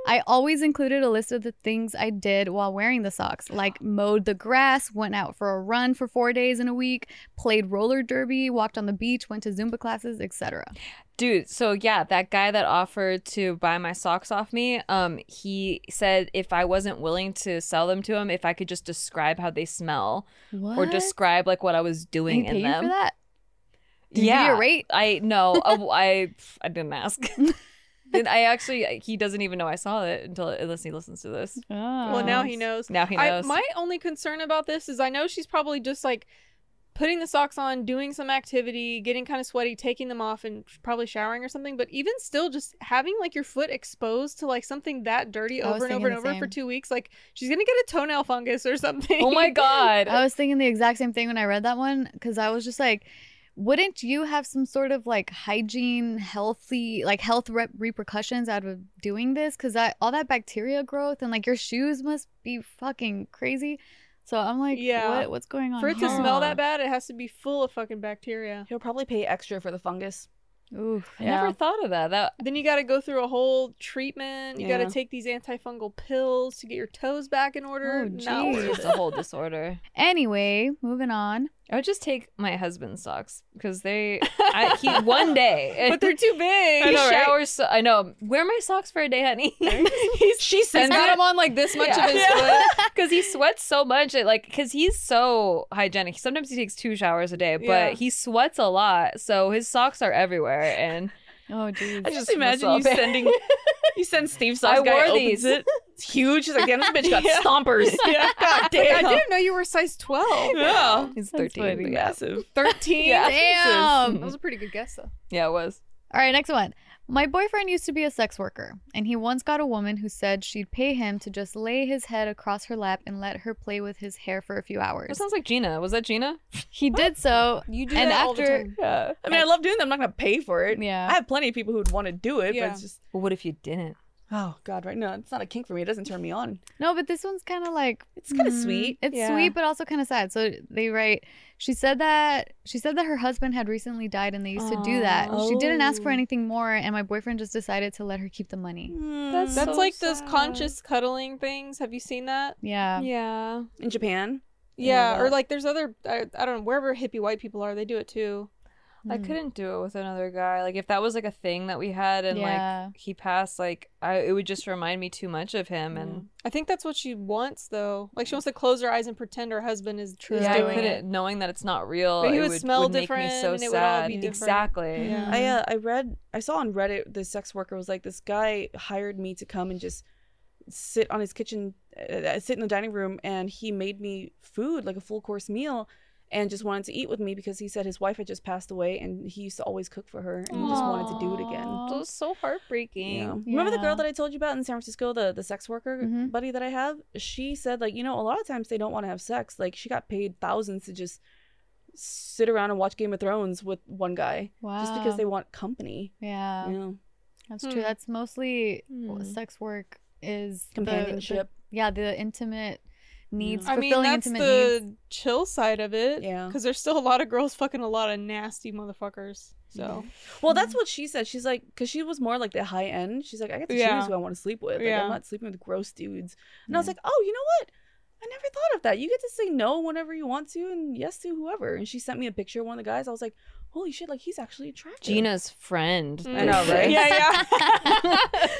A: I always included a list of the things I did while wearing the socks, like mowed the grass, went out for a run for four days in a week, played roller derby, walked on the beach, went to Zumba classes, etc.
C: Dude, so yeah, that guy that offered to buy my socks off me, um, he said if I wasn't willing to sell them to him, if I could just describe how they smell
A: What?
C: or describe like what I was doing
A: They pay
C: in
A: you
C: them.
A: for that? Did you give
C: Yeah.
A: you a rate?
C: I no, I, I I didn't ask. And I actually, he doesn't even know I saw it until unless he listens to this.
D: Well, now he knows.
C: Now he
D: I,
C: knows.
D: my only concern about this is I know she's probably just like putting the socks on, doing some activity, getting kind of sweaty, taking them off, and probably showering or something. But even still, just having like your foot exposed to like something that dirty
A: I was
D: over and over
A: thinking
D: and
A: the
D: over for
A: same.
D: two weeks, like she's gonna get a toenail fungus or something.
C: oh my god.
A: I was thinking the exact same thing when I read that one because I was just like, wouldn't you have some sort of like hygiene, healthy, like health re- repercussions out of doing this? Because all that bacteria growth and like your shoes must be fucking crazy. So I'm like,
D: Yeah.
A: yeah, what, what's going on?
D: For it to
A: here?
D: smell that bad, it has to be full of fucking bacteria.
B: He'll probably pay extra for the fungus.
A: Ooh,
C: I
B: Yeah.
C: never thought of that. That
D: Then you got to go through a whole treatment. You got
B: Yeah.
D: to take these antifungal pills to get your toes back in order.
A: Oh,
D: no.
A: jeez.
C: it's a whole disorder.
A: Anyway, moving on.
C: I would just take my husband's socks because they. I, he one day.
D: But they're too big.
C: he
B: know, right?
C: showers. So, I know. Wear my socks for a day, honey.
B: she
D: And
B: sends
D: got
B: it.
D: them on like this much
C: Yeah.
D: of his foot.
C: Yeah. because he sweats so much it, like because he's so hygienic sometimes he takes two showers a day but
D: Yeah.
C: he sweats a lot so his socks are everywhere and
A: Oh,
B: I
A: jeez.
B: just
C: Just
B: imagine you
C: myself.
B: sending. You send Steve socks.
C: I
B: guy
C: wore
B: opens
C: these.
B: It. It's huge. He's like, damn, this bitch got
D: Yeah.
B: stompers.
D: Yeah.
B: God damn.
D: I didn't know you were size 12.
B: Yeah.
C: he's
A: That's
C: 13
A: funny.
C: but yeah.
B: Massive.
D: 13.
C: Yeah.
A: Damn.
D: That was a pretty good guess, though.
C: yeah it was
A: All right, next one. My boyfriend used to be a sex worker, and he once got a woman who said she'd pay him to just lay his head across her lap and let her play with his hair for a few
C: that
A: hours.
C: sounds like gina was that gina
A: He did so.
D: You do
A: And
D: that all the
A: after-
D: time.
C: yeah
B: I mean, I love doing that. I'm not going to pay for it. I
A: Yeah.
B: have plenty of people who'd want to do it, but
D: Yeah.
B: it's just,
C: well what if you didn't
B: oh, God, right? No, it's not a kink for me. It doesn't turn me on.
A: No, but this one's kind of like
B: It's kind of
D: Mm-hmm.
A: mm,
B: sweet.
A: It's
D: Yeah.
A: sweet, but also kind of sad. So they write. She said that she said that her husband had recently died, and they used to do that. She didn't ask for
C: Oh.
A: anything more, and my boyfriend just decided to let her keep the money.
B: That's,
D: Mm. That's
C: So
D: like those
C: sad.
D: conscious cuddling things. Have you seen that?
A: Yeah.
C: yeah
B: in Japan.
D: Yeah.
B: love
D: Or
B: that.
D: like there's other, I, I don't know, wherever hippie white people are, they do it too.
C: i
A: Mm.
C: couldn't do it with another guy like if that was like a thing that we had and
A: Yeah.
C: like he passed like i it would just remind me too much of him and
D: I think that's what she wants, though. Like she wants to close her eyes and pretend her husband is true.
A: Just
C: yeah, I
A: doing
C: couldn't knowing that it's not real.
D: But he
C: it
D: would
C: would
D: smell
C: would Make me
D: different
C: so
D: and it would all
C: sad.
D: be different.
C: Exactly.
A: Yeah.
B: I
D: Uh-huh.
B: uh, I read I saw on Reddit the sex worker was like this guy hired me to come and just sit on his kitchen uh, sit in the dining room and he made me food like a full course meal and just wanted to eat with me because he said his wife had just passed away and he used to always cook for her and he uh, just wanted to do it again.
A: Aw.
C: That was so heartbreaking.
B: Yeah. Remember the
A: Yeah.
B: girl that I told you about in San Francisco, the the sex worker
A: Mhm.
B: buddy that I have? She said like, you know, a lot of times they don't want to have sex. Like she got paid thousands to just sit around and watch Game of Thrones with one guy
A: Wow.
B: just because they want company.
A: Yeah.
B: Yeah.
A: That's
D: Hmm.
A: true. That's mostly
C: Hmm.
A: what sex work is the- the-
B: Companionship.
A: yeah, the intimate needs,
D: I mean,
A: fulfilling
D: that's
A: intimate
D: the
A: needs.
D: chill side of it.
B: Yeah.
D: Because there's still a lot of girls fucking a lot of nasty motherfuckers. So
B: Well,
A: Mm-hmm.
B: that's what she said. She's like, because she was more like the high end. She's like, I get to
D: Yeah.
B: choose who I want to sleep with. Like,
D: Yeah.
B: I'm not sleeping with gross dudes. And I was like, oh, you know what? I never thought of that. You get to say no whenever you want to and yes to whoever. And she sent me a picture of one of the guys. I was like, holy shit, like he's actually attractive.
C: Gina's friend.
D: Mm.
B: I know, right?
D: Yeah,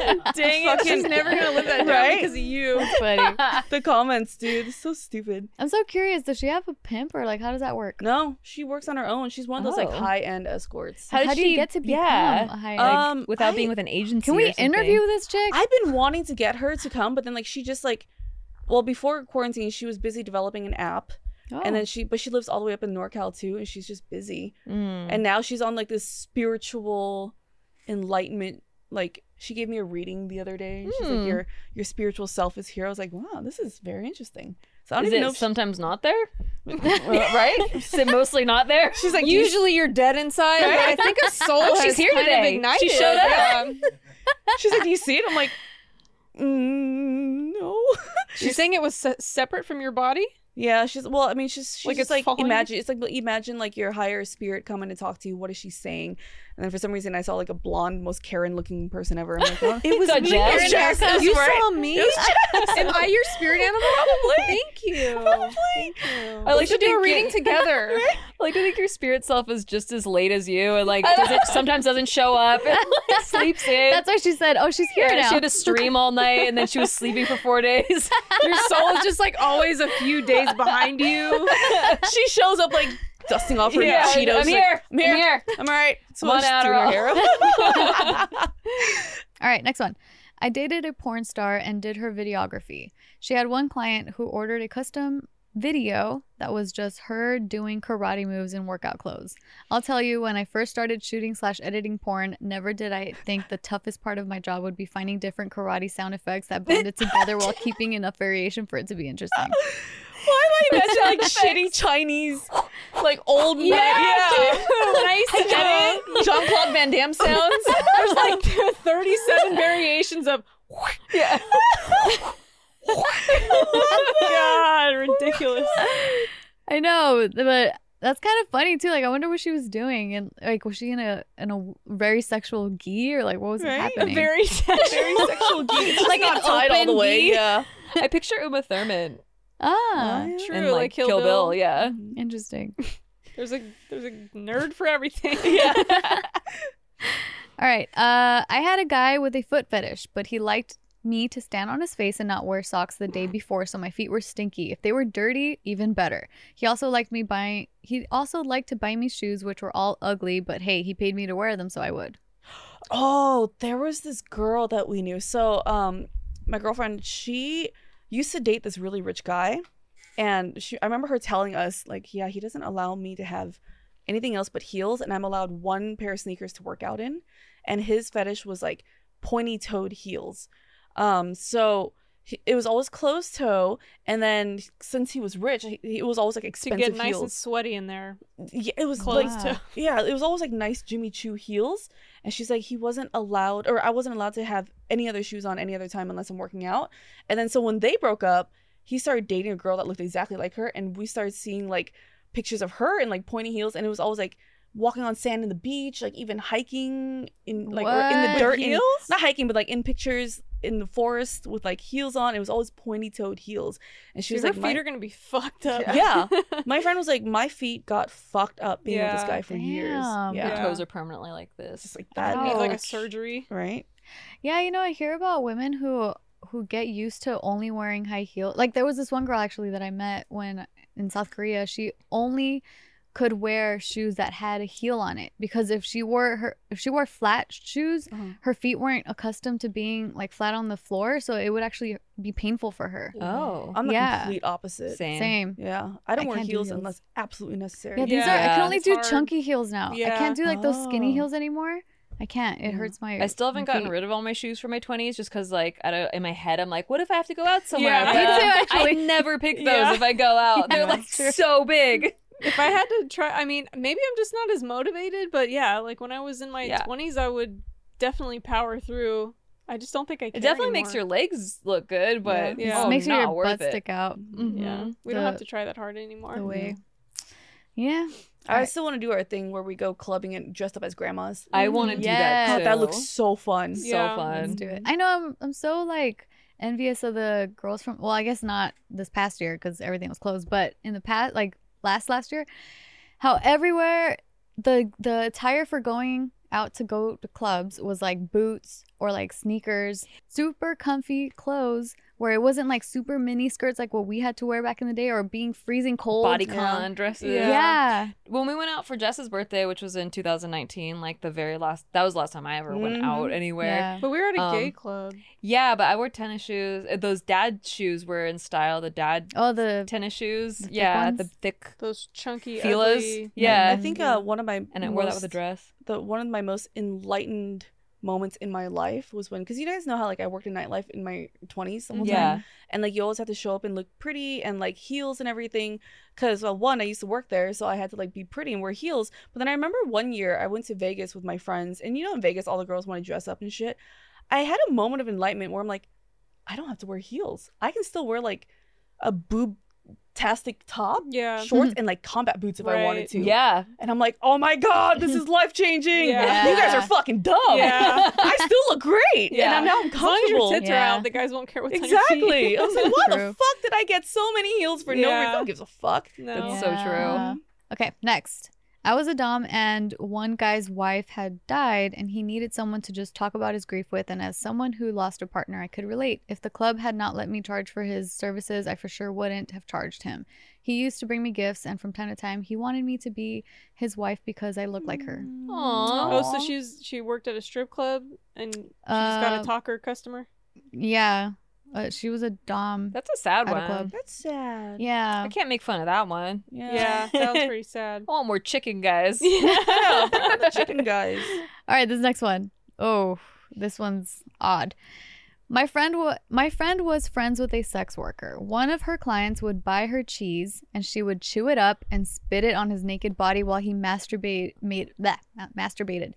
D: yeah.
B: Dang
D: Fuck, she's never gonna live that down
B: right?
D: because of you.
A: That's funny.
B: The comments, dude. It's so stupid.
A: I'm so curious. Does she have a pimp or like how does that work?
B: No, she works on her own. She's one of those like
C: Oh.
B: high end escorts.
C: How did
A: do you
C: she-
A: get to become
C: yeah.
A: a high?
B: Uh,
A: like,
B: Um,
C: without
B: I-
C: being with an agency.
A: can
C: or
A: we
C: something.
A: interview this chick?
B: I've been wanting to get her to come, but then like she just like well, before quarantine, she was busy developing an app.
A: Oh.
B: And then she but she lives all the way up in NorCal too, and she's just busy.
C: Mm.
B: And now she's on like this spiritual enlightenment like she gave me a reading the other day. And She's like,
C: Hmm.
B: Your your spiritual self is here. I was like, Wow, this is very interesting. So I don't
C: Is
B: even
C: it
B: know if she-
C: sometimes not there? right? Is it mostly not there?
B: she's like usually
D: Usually you're dead inside. but I think a soul
C: Oh, she's
D: has
C: here
D: kind of
C: today. She
D: ignited.
C: showed up.
D: Yeah.
B: she's like, Do you see it? I'm like, mm, no.
D: She's saying it was se- separate from your body.
B: Yeah, she's well. I mean, she's she's
D: Like,
B: just
D: it's
B: like
D: following you?
B: imagine. It's like imagine like your higher spirit coming to talk to you. What is she saying? And then for some reason, I saw like a blonde, most Karen looking person ever. I'm like, oh,
D: It was
C: The me. Jess. Karen
B: Jess,
D: You
B: right?
D: saw me. Am I your spirit animal? Thank you. Thank you.
C: I like
D: we should
C: to
D: do a
C: think
D: reading
C: it-
D: together.
C: I like to think your spirit self is just as late as you, and like does it sometimes doesn't show up, and, like, sleeps in.
A: That's why she said, "Oh, she's here
C: Yeah,
A: now."
C: She had a stream all night, and then she was sleeping for four days.
D: Your soul is just like always a few days behind you.
B: she shows up like dusting off her
C: Yeah,
B: Cheetos.
C: I'm
B: like,
C: here.
B: I'm here. I'm all right. So
C: Come
B: I'm
C: on
B: just
C: out,
B: doing
C: or
B: her hair.
A: All right, next one. I dated a porn star and did her videography. She had one client who ordered a custom video that was just her doing karate moves in workout clothes. I'll tell you, when I first started shooting slash editing porn, never did I think the toughest part of my job would be finding different karate sound effects that blended together while keeping enough variation for it to be interesting.
B: Why am I imagining
C: like
B: like
C: shitty
B: shitty Chinese, like old men?
C: When I used to edit
B: Jean Claude Van Damme sounds.
D: There's like 37 variations of.
B: yeah.
D: God, ridiculous.
A: I know, but that's kind of funny too. Like, I wonder what she was doing, and like, was she in a in a very sexual gi, or like, what was
B: Right? A
A: happening?
D: Very
B: Very sexual geek.
C: Like
B: Like
C: an
B: not tied all the
C: open
B: way.
C: V.
B: Yeah.
C: I picture Uma Thurman
A: ah,
D: True,
C: and like, Kill, Bill. Yeah.
A: interesting.
D: There's a there's a nerd for everything.
B: Yeah.
A: All right. Uh, I had a guy with a foot fetish, but he liked me to stand on his face and not wear socks the day before, so my feet were stinky. If they were dirty, even better. He also liked me buying. He also liked to buy me shoes, which were all ugly, but hey, he paid me to wear them, so I would.
B: Oh, there was this girl that we knew. So, um, my girlfriend, she used to date this really rich guy, and she I remember her telling us like, yeah, he doesn't allow me to have anything else but heels, and I'm allowed one pair of sneakers to work out in, and his fetish was like pointy-toed heels. Um, so he- it was always closed toe, and then since he was rich, he- it was always like
D: To
B: expensive
D: get nice and
B: heels.
D: sweaty in there.
B: Yeah, it was like
D: Closed
A: Wow.
D: toe.
B: yeah, it was always like nice Jimmy Choo heels. And she's like, he wasn't allowed, or I wasn't allowed to have any other shoes on any other time unless I'm working out. And then so when they broke up, he started dating a girl that looked exactly like her. And we started seeing like pictures of her in like pointy heels. And it was always like walking on sand in the beach, like even hiking in like or in the
A: What?
B: dirt. in-
D: heels?
B: not hiking, but like in pictures in the forest with like heels on. It was always pointy toed heels. And she was
D: Dude, her
B: like,
D: feet
B: my,
D: are gonna be fucked up.
B: Yeah. my friend was like, my feet got fucked up being with this
D: Yeah.
B: guy for years.
A: Damn.
B: Yeah.
C: Her
D: Yeah.
C: toes are permanently like
B: It's
C: this.
B: just like
D: I
B: that.
D: need like a
A: Ouch.
D: surgery.
B: right?
A: Yeah, you know, I hear about women who who get used to only wearing high heels. Like there was this one girl actually that I met when in South Korea, she only could wear shoes that had a heel on it because if she wore her if she wore flat shoes,
B: Uh-huh.
A: her feet weren't accustomed to being like flat on the floor, so it would actually be painful for her.
C: Oh.
B: I'm the
A: Yeah.
B: complete opposite.
C: Same.
A: Same.
B: Yeah, I don't
A: I
B: wear
A: can't do
B: heels
A: heels.
B: unless absolutely necessary.
A: Yeah, these
D: Yeah.
A: are I can
C: Yeah,
A: only
D: it's
A: do
D: hard.
A: chunky heels now. I
D: Yeah.
A: can't do like those skinny
B: Oh.
A: heels anymore. I can't. It
B: Yeah.
A: hurts my
C: Mm. I still haven't
A: my
C: gotten
A: feet.
C: rid of all my shoes from my 20s just because, like, I don't, in my head, I'm like, what if I have to go out somewhere?
D: Yeah. Me
C: But
A: too,
C: I
A: actually.
C: never pick those
D: Yeah.
C: if I go out.
A: Yeah,
C: They're, like,
A: that's true.
C: so big.
D: If I had to try, I mean, maybe I'm just not as motivated, but yeah, like when I was in my
C: Yeah.
D: 20s, I would definitely power through. I just don't think I. Care
C: It definitely makes your
D: anymore.
C: legs look good, but
D: Yeah.
C: it's
D: Oh,
A: makes
C: not
A: your
C: worth
A: butt
C: it.
A: stick out
B: Mhm.
D: Yeah,
C: Yeah.
D: we don't have
A: The-
D: to try that hard anymore.
A: the way. Yeah.
B: I
A: Alright.
B: still want to do our thing where we go clubbing and dressed up as grandmas.
C: I want to do
A: Yes.
C: that.
B: God,
C: Too.
B: Mm-hmm. Oh, that looks so fun.
C: so
D: Yeah.
A: Let's
C: fun.
A: do it. I know I'm I'm so like envious of the girls from well, I guess not this past year because everything was closed, but in the past like last last year, how everywhere the the attire for going out to go to clubs was like boots or like sneakers, super comfy clothes where it wasn't like super mini skirts like what we had to wear back in the day or being freezing cold.
C: Bodycon
B: Yeah.
C: dresses.
A: yeah.
D: Yeah.
C: when we went out for Jess's birthday, which was in 2019, like the very last, that was the last time I ever went
B: Mhm.
C: out anywhere.
A: Yeah.
D: But we were at a gay
C: Um,
D: club.
C: Yeah. but I wore tennis shoes. Uh, Those dad shoes were in style. The dad
A: Oh the
C: tennis shoes.
A: The thick
C: yeah,
A: ones?
C: the thick
D: Those chunky
C: Fila's?
D: ugly-
C: Yeah.
B: I think uh, one of my
C: and I wore that with a
B: most-
C: dress.
B: The one of my most enlightened moments in my life was when because you guys know how like I worked in nightlife in my 20s the whole time.
C: Yeah.
B: and like you always have to show up and look pretty and like heels and everything because well one i used to work there so i had to like be pretty and wear heels but then i remember one year i went to vegas with my friends and you know in vegas all the girls want to dress up and shit i had a moment of enlightenment where i'm like i don't have to wear heels i can still wear like a boob tastic top
D: Yeah. Mm-hmm.
B: shorts and like combat boots if i wanted
D: Right.
B: to
C: Yeah.
B: and i'm like oh my god this is life changing
D: Yeah.
B: you guys are fucking dumb
D: Yeah.
B: i still look great and
C: Yeah.
B: i'm now i'm
D: As long as your
B: comfortable
D: tits
A: Yeah.
D: are out, the guys won't care what's on your
B: Exactly.
D: feet.
B: I was like, why the
A: True.
B: fuck did I get so many heels for no
D: Yeah.
B: reason? Who gives a fuck?
D: No.
C: That's so true.
A: Okay, next. I was a Dom, and one guy's wife had died, and he needed someone to just talk about his grief with. And as someone who lost a partner, I could relate. If the club had not let me charge for his services, I for sure wouldn't have charged him. He used to bring me gifts, and from time to time, he wanted me to be his wife because I look like
B: Mm.
A: her.
C: Aw.
D: Oh, so she's she worked at a strip club and she just got
A: Uh,
D: a talker customer.
A: Yeah, uh, she was a Dom.
C: That's a sad
A: At a
C: one.
A: club.
B: That's sad.
A: Yeah.
C: I can't make fun of that one.
B: Yeah.
D: Yeah, that was pretty sad.
C: I want more chicken, guys.
B: I know, bring out the chicken guys.
A: All right, this next one. Oh, this one's odd. My friend, wa- my friend was friends with a sex worker. One of her clients would buy her cheese, and she would chew it up and spit it on his naked body while he masturbate made that masturbated.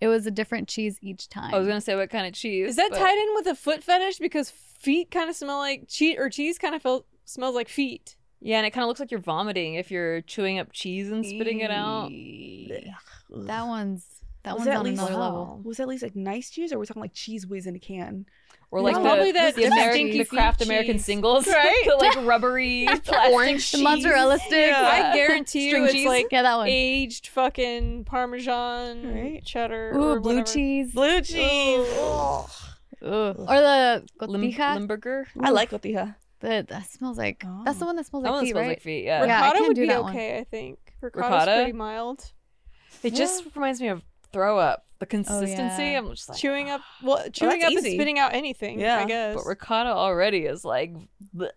A: It was a different cheese each time.
C: I was gonna say what kind of cheese.
D: Is that
C: but-
D: tied in with a foot fetish? Because feet kind of smell like cheese, or cheese kind of fel- smells like feet.
C: Yeah, and it kind of looks like you're vomiting if you're chewing up cheese and spitting it out.
A: Eee. That one's that
B: Was
A: one's
B: that
A: on
B: Lisa?
A: another level.
B: was that at least like nice cheese, or we're talking like cheese whiz in a can?
C: Or like
A: No.
C: the,
D: Probably that
C: the American,
D: stinky
C: the craft
D: feet
C: American
D: cheese.
C: singles,
B: Right?
C: the like rubbery
B: plastic
C: orange,
A: The mozzarella sticks.
B: Yeah.
D: I guarantee you,
C: String
D: it's
C: cheese?
D: like
A: Yeah, that one.
D: aged fucking Parmesan,
B: Right.
D: cheddar,
A: Ooh,
D: or
A: blue
D: whatever.
A: cheese.
B: Blue cheese.
D: Oh.
A: Ugh. Or the
C: Lim-
A: cotija.
C: Limburger.
B: I like Lotija.
A: that, that smells like that's the
B: Oh.
A: one that smells
C: That
A: like
C: one
A: pee,
C: smells
A: right?
C: like feet. Yeah.
A: Yeah. I
D: Ricotta
A: can't
D: would
A: do
D: be
A: that one.
D: okay, I think. Ricotta's
C: Ricotta?
D: pretty mild.
C: It just reminds me of throw up. The consistency.
A: yeah.
C: I'm just like
D: Oh,
C: "Ah."
D: chewing up, well, chewing up
B: easy.
D: and spitting out anything.
B: Yeah,
D: I guess.
C: But ricotta already is like bleh.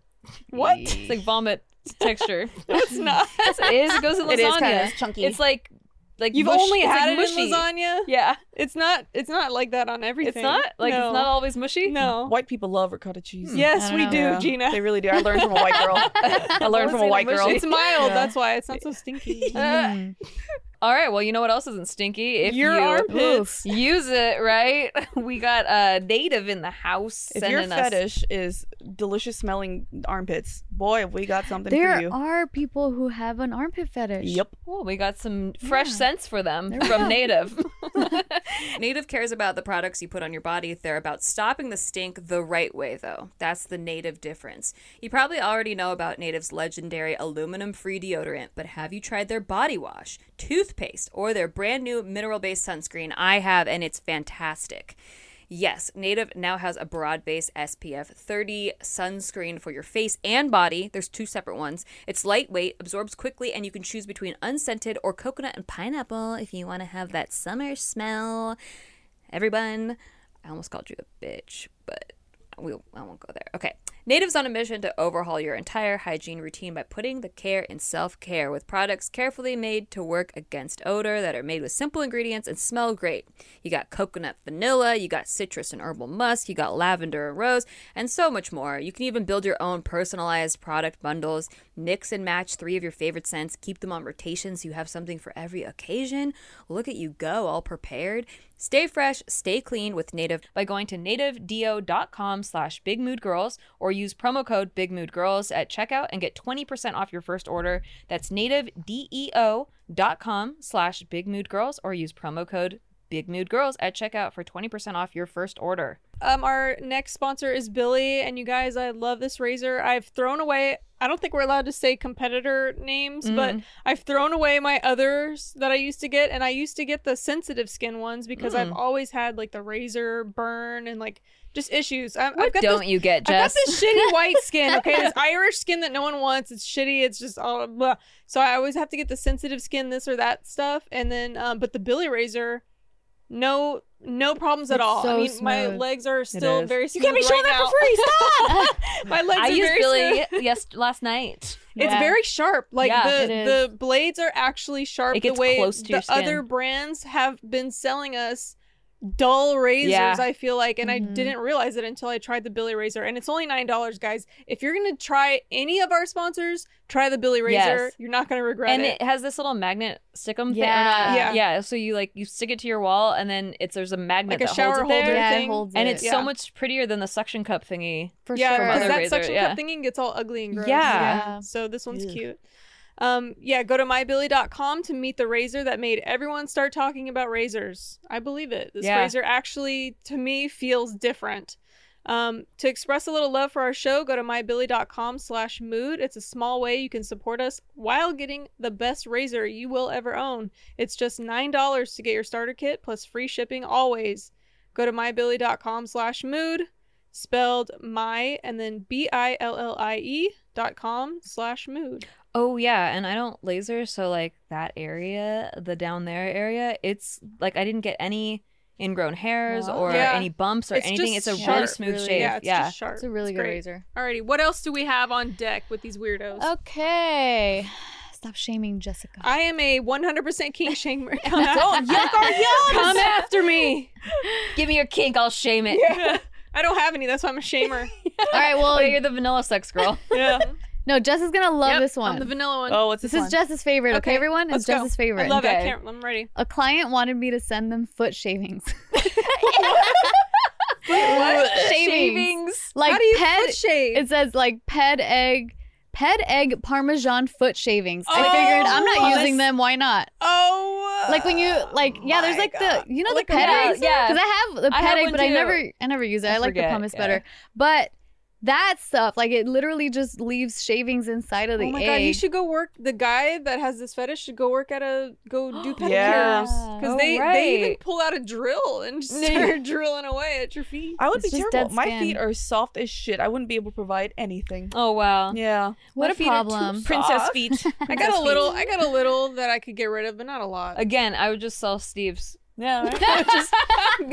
D: What?
C: It's like vomit texture.
D: No, it's not.
C: Yes, it is. It goes in lasagna.
B: It is kind of chunky.
C: It's like like
D: You've
C: mush-
D: only
C: it's
D: had
C: like
D: it
C: mushy.
D: in lasagna.
C: Yeah,
D: It's not. It's not like that on everything.
C: it's not like
D: no.
C: it's not always mushy.
D: No.
B: white people love ricotta cheese.
A: I
D: Yes,
A: don't
D: we
A: know.
D: do,
B: Yeah,
D: Gina.
B: They really do. I learned from a white girl. I learned from a white girl.
D: It's mild.
B: Yeah.
D: That's why it's not so stinky.
A: Mm.
C: All right. Well, you know what else isn't stinky? If
D: Your
C: you
D: armpits.
C: use it right, we got a native in the house
B: If your
C: sending us.
B: fetish is delicious smelling armpits, boy, have we got something for
A: There
B: you.
A: are people who have an armpit fetish.
B: Yep.
C: Well, we got some fresh
A: Yeah.
C: scents for them
A: There we go.
C: from Native.
E: Native cares about the products you put on your body. They're about stopping the stink the right way, though. That's the Native difference. You probably already know about Native's legendary aluminum free deodorant, but have you tried their body wash, toothpaste, or their brand new mineral based sunscreen? I have, and it's fantastic. Yes, Native now has a broad based SPF 30 sunscreen for your face and body. There's two separate ones. It's lightweight, absorbs quickly, and you can choose between unscented or coconut and pineapple if you want to have that summer smell. Everyone, I almost called you a bitch, but we I won't go there. Okay. Native's on a mission to overhaul your entire hygiene routine by putting the care in self care with products carefully made to work against odor that are made with simple ingredients and smell great. You got coconut vanilla, you got citrus and herbal musk, you got lavender and rose, and so much more. You can even build your own personalized product bundles, mix and match three of your favorite scents, keep them on rotation so you have something for every occasion. Look at you go, all prepared. Stay fresh, stay clean with Native.
C: by going to nativedo.com slash bigmoodgirls or use promo code bigmoodgirls at checkout and get 20% off your first order. That's nativedeo.com slash bigmoodgirls or use promo code bigmoodgirls at checkout for 20% off your first order.
D: Um, our next sponsor is Billy, and you guys, I love this razor. I've thrown away. I don't think we're allowed to say competitor names, but
C: Mm.
D: I've thrown away my others that I used to get, and I used to get the sensitive skin ones because I've
C: Mm.
D: always had like the razor burn and like just issues. I, I've
C: What
D: got
C: don't
D: this,
C: you get,
D: I've got
C: Jess?
D: this shitty white skin, okay? This Irish skin that no one wants. It's shitty. It's just all blah. So I always have to get the sensitive skin, this or that stuff, and then um, but the Billy razor, no, no problems at
A: It's
D: all. I
A: so
D: mean, my
A: smooth.
D: legs are still
C: is.
D: very.
B: You
D: Smooth
B: can't be showing
D: right
B: that for
D: now.
B: free. Stop.
D: my legs
C: I
D: are
C: used
D: very smooth.
C: Billy yes last night.
D: It's
A: Yeah.
D: very sharp. Like
C: Yeah,
A: it
D: the
A: is.
D: the blades are actually sharp.
C: It gets
D: the way
C: close to
D: the
C: your skin.
D: other brands have been selling us dull razors.
C: Yeah.
D: I feel like, and I
A: Mhm.
D: didn't realize it until I tried the Billy razor, and it's only nine dollars, guys. If you're gonna try any of our sponsors, try the Billy
C: Yes.
D: razor. You're not gonna regret
C: and
D: it.
C: it. has this little magnet stickum
A: Yeah.
C: thing. or not-
D: Yeah.
C: yeah. So you like you stick it to your wall and then it's there's a magnet
D: Like a
C: that
D: shower
C: holds it there.
D: holder
A: Yeah, it
D: thing.
A: holds
C: and
A: it.
C: it's
D: Yeah.
C: so much prettier than the suction cup thingy.
A: for
D: yeah,
A: sure.
D: because
C: Other
D: that
C: razor,
D: suction
C: yeah.
D: cup thinking gets all ugly and gross.
C: Yeah.
A: Yeah.
D: So this one's
B: Ugh.
D: cute. Um, yeah, go to mybilly.com to meet the razor that made everyone start talking about razors. I believe it. This
C: Yeah.
D: razor actually, to me, feels different. Um, to express a little love for our show, go to mybilly.com slash mood. It's a small way you can support us while getting the best razor you will ever own. It's just $9 to get your starter kit plus free shipping always. Go to mybilly.com slash mood, spelled my and then B-I-L-L-I-E E dot com slash mood.
C: Oh yeah, and I don't laser, so like that area, the down there area, it's like I didn't get any ingrown hairs
A: Wow.
C: or
D: Yeah.
C: any bumps or
D: It's
C: anything. It's
D: just
C: a really
D: sharp,
C: smooth
A: really.
C: shave.
D: yeah,
C: Yeah,
D: it's just sharp.
A: It's a really
D: It's
A: good
D: great.
A: razor. Oh,
D: Alrighty, what else do we have on deck with these weirdos?
A: Okay. Stop shaming Jessica.
D: I am a 100% king shamer. Oh,
B: Don't yuck our yums!
D: Come after me.
C: give me your kink, I'll shame it.
D: Yeah. I don't have any. That's why I'm a shamer.
A: All right, well,
C: Oh, you're the vanilla sex girl.
B: Yeah.
A: no, Jess is going to love
D: Yep,
A: this one.
D: I'm the vanilla one.
B: Oh, what's
A: this
B: this,
A: is
B: one?
A: Jess's favorite, okay,
D: Okay,
A: everyone? It's
D: let's go.
A: Jess's favorite.
D: I love it. I
C: Okay.
D: can't, I'm ready.
A: A client wanted me to send them foot shavings. Shavings.
C: Shavings.
A: Like
D: How do you
A: ped,
D: foot shave?
A: it says like ped egg, ped egg parmesan foot shavings. I
D: Oh,
A: figured I'm not
D: oh,
A: using
D: that's-
A: them. Why not?
D: oh,
A: Like when you like, yeah, there's like the you know
C: Like
A: the
C: a
A: ped
C: razor?
A: eggs.
C: Yeah.
A: because I have the
C: I
A: ped
C: have
A: egg,
C: one
A: but I
C: too.
A: never I never use it. I,
C: I
A: like the
C: forget,
A: pumice
C: yeah.
A: better, but. That stuff, like it literally just leaves shavings inside of the
D: Oh my
A: egg.
D: god, he should go work. The guy that has this fetish should go work at a go do pedicures
B: Yeah.
D: because
C: Oh,
D: they they even
C: right.
D: pull out a drill and just start drilling away at your feet.
B: I would
A: It's
B: be
A: just
B: terrible.
A: dead
B: My
A: skin.
B: feet are soft as shit. I wouldn't be able to provide anything.
C: Oh wow.
B: Yeah.
A: what
C: My
A: a
C: feet are too
A: problem!
B: Princess
C: Soft.
B: feet.
D: I got a little. I got a little that I could get rid of, but not a lot.
C: Again, I would just sell Steve's.
B: Yeah. right?
C: just, I don't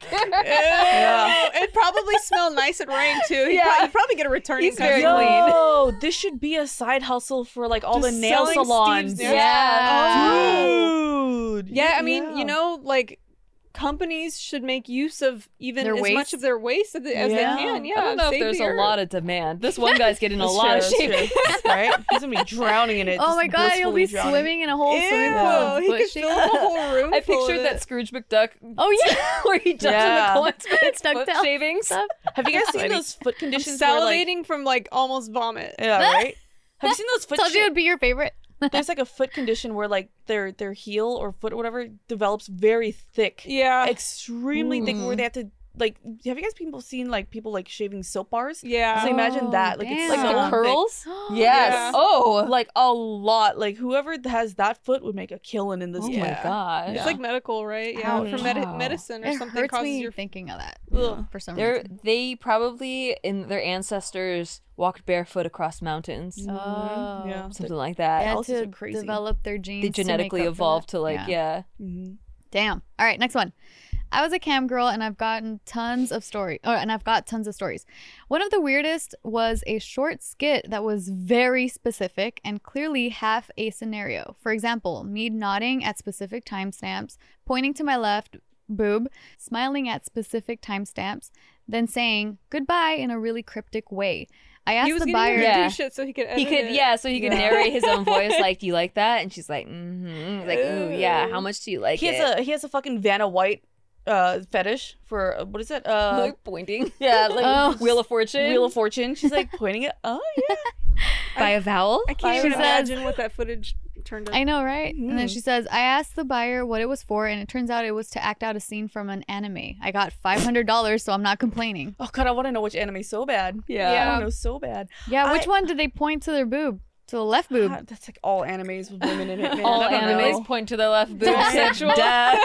C: care.
B: Yeah.
D: Ew, It probably smelled nice at rain too. He
C: Yeah.
D: probably, you probably get a returning
C: He's very
D: customer.
C: clean.
B: Yo, this should be a side hustle for like all
D: Just
B: the nail
D: selling
B: salons.
D: Steve's
C: Yeah.
D: nails.
B: Oh. Dude.
D: Yeah, I mean, you know, like companies should make use of even
A: Their
D: as
A: waste?
D: much of their waste as, they- as
B: Yeah.
D: they can. Yeah,
C: Oh, I don't know if
D: save
C: there's
D: the
C: a
D: earth.
C: lot of demand. This one guy's getting a
B: That's
C: lot of
B: true, that's
C: shavings.
B: true. right? He's gonna be drowning in it.
A: Oh
B: just
A: my god, you'll be
B: blissfully drowning.
A: swimming in a whole swimming pool.
D: Ew,
A: of
D: he
A: foot
D: could fill up a whole room.
C: I
D: full of
C: pictured
D: it.
C: that Scrooge McDuck.
A: Oh,
C: yeah, where he jumps
B: Yeah.
C: in the coins with his
A: Duck
C: foot
A: down.
C: shavings.
A: Stuff.
B: Have you guys seen
C: Funny.
B: those foot
D: I'm
B: conditions? where, like-
D: salivating from like almost vomit.
B: yeah, right. Have you seen those foot?
A: Told you
B: sha-
A: it'd be your favorite.
B: There's like a foot condition where like their their heel or foot or whatever develops very thick,
D: Yeah,
B: extremely thick, where
C: Mm.
B: they have to like. Have you guys people seen like people like shaving soap bars?
D: yeah.
B: So imagine
A: Oh,
B: that, like it's
A: damn.
C: Like
B: so
C: the
B: thick.
C: curls.
D: Yeah.
C: Oh,
B: like a lot. Like whoever has that foot would make a killing in this.
C: oh
B: game.
C: my
D: Yeah.
C: gosh.
D: It's
B: Yeah.
D: like medical, right? Yeah,
A: Ouch.
D: for medi-
C: Wow.
D: medicine or
A: It
D: something
A: hurts
D: causes
A: me
D: your.
A: thinking of that
B: Ugh.
A: for some
C: They're,
A: reason.
C: they probably in their ancestors walked barefoot across mountains,
B: Mhm.
A: Oh.
B: Yeah.
C: something like
A: They
C: that.
A: had
B: else is
A: to
B: so crazy.
A: develop their genes.
C: They
A: to make
C: genetically
A: up for
C: evolved
A: that.
C: to like yeah.
B: Mhm.
A: Damn. All right, next one. I was a cam girl and I've gotten tons of story. Oh, and I've got tons of stories. One of the weirdest was a short skit that was very specific and clearly half a scenario. For example, me nodding at specific timestamps, pointing to my left boob, smiling at specific timestamps, then saying goodbye in a really cryptic way. I asked
D: He was
A: the
D: getting
A: buyer.
D: her to do
C: Yeah.
D: shit so he could.
C: He
D: edit
C: could
D: it.
C: yeah, so he could
B: Yeah.
C: narrate his own voice like, "Do you like that?" And she's like, "Mm-hmm." Like, "Ooh, yeah.
D: Ooh.
C: How much do you like
B: he
C: it?"
B: has a he has a fucking Vanna White uh fetish for uh, what is it? Uh
C: like pointing.
B: yeah, like
A: Oh.
C: Wheel of Fortune.
B: Wheel of Fortune. She's like pointing it. Oh yeah.
C: by a vowel.
D: I can't
A: She
D: even
A: says-
D: imagine what that footage turned out.
A: I know, right? And then
B: Mhm.
A: she says, I asked the buyer what it was for, and it turns out it was to act out a scene from an anime. I got $500, so I'm not complaining.
B: Oh god, I want to know which anime so bad.
C: Yeah.
B: I want to know so bad.
A: Yeah, which
B: I-
A: one did they point to their boob? To the left boob.
B: God, that's like all animes with women in it. Man.
C: All
B: I don't
C: animes
B: know.
C: point to the left boob.
B: Duh.
C: Sexual.
B: That's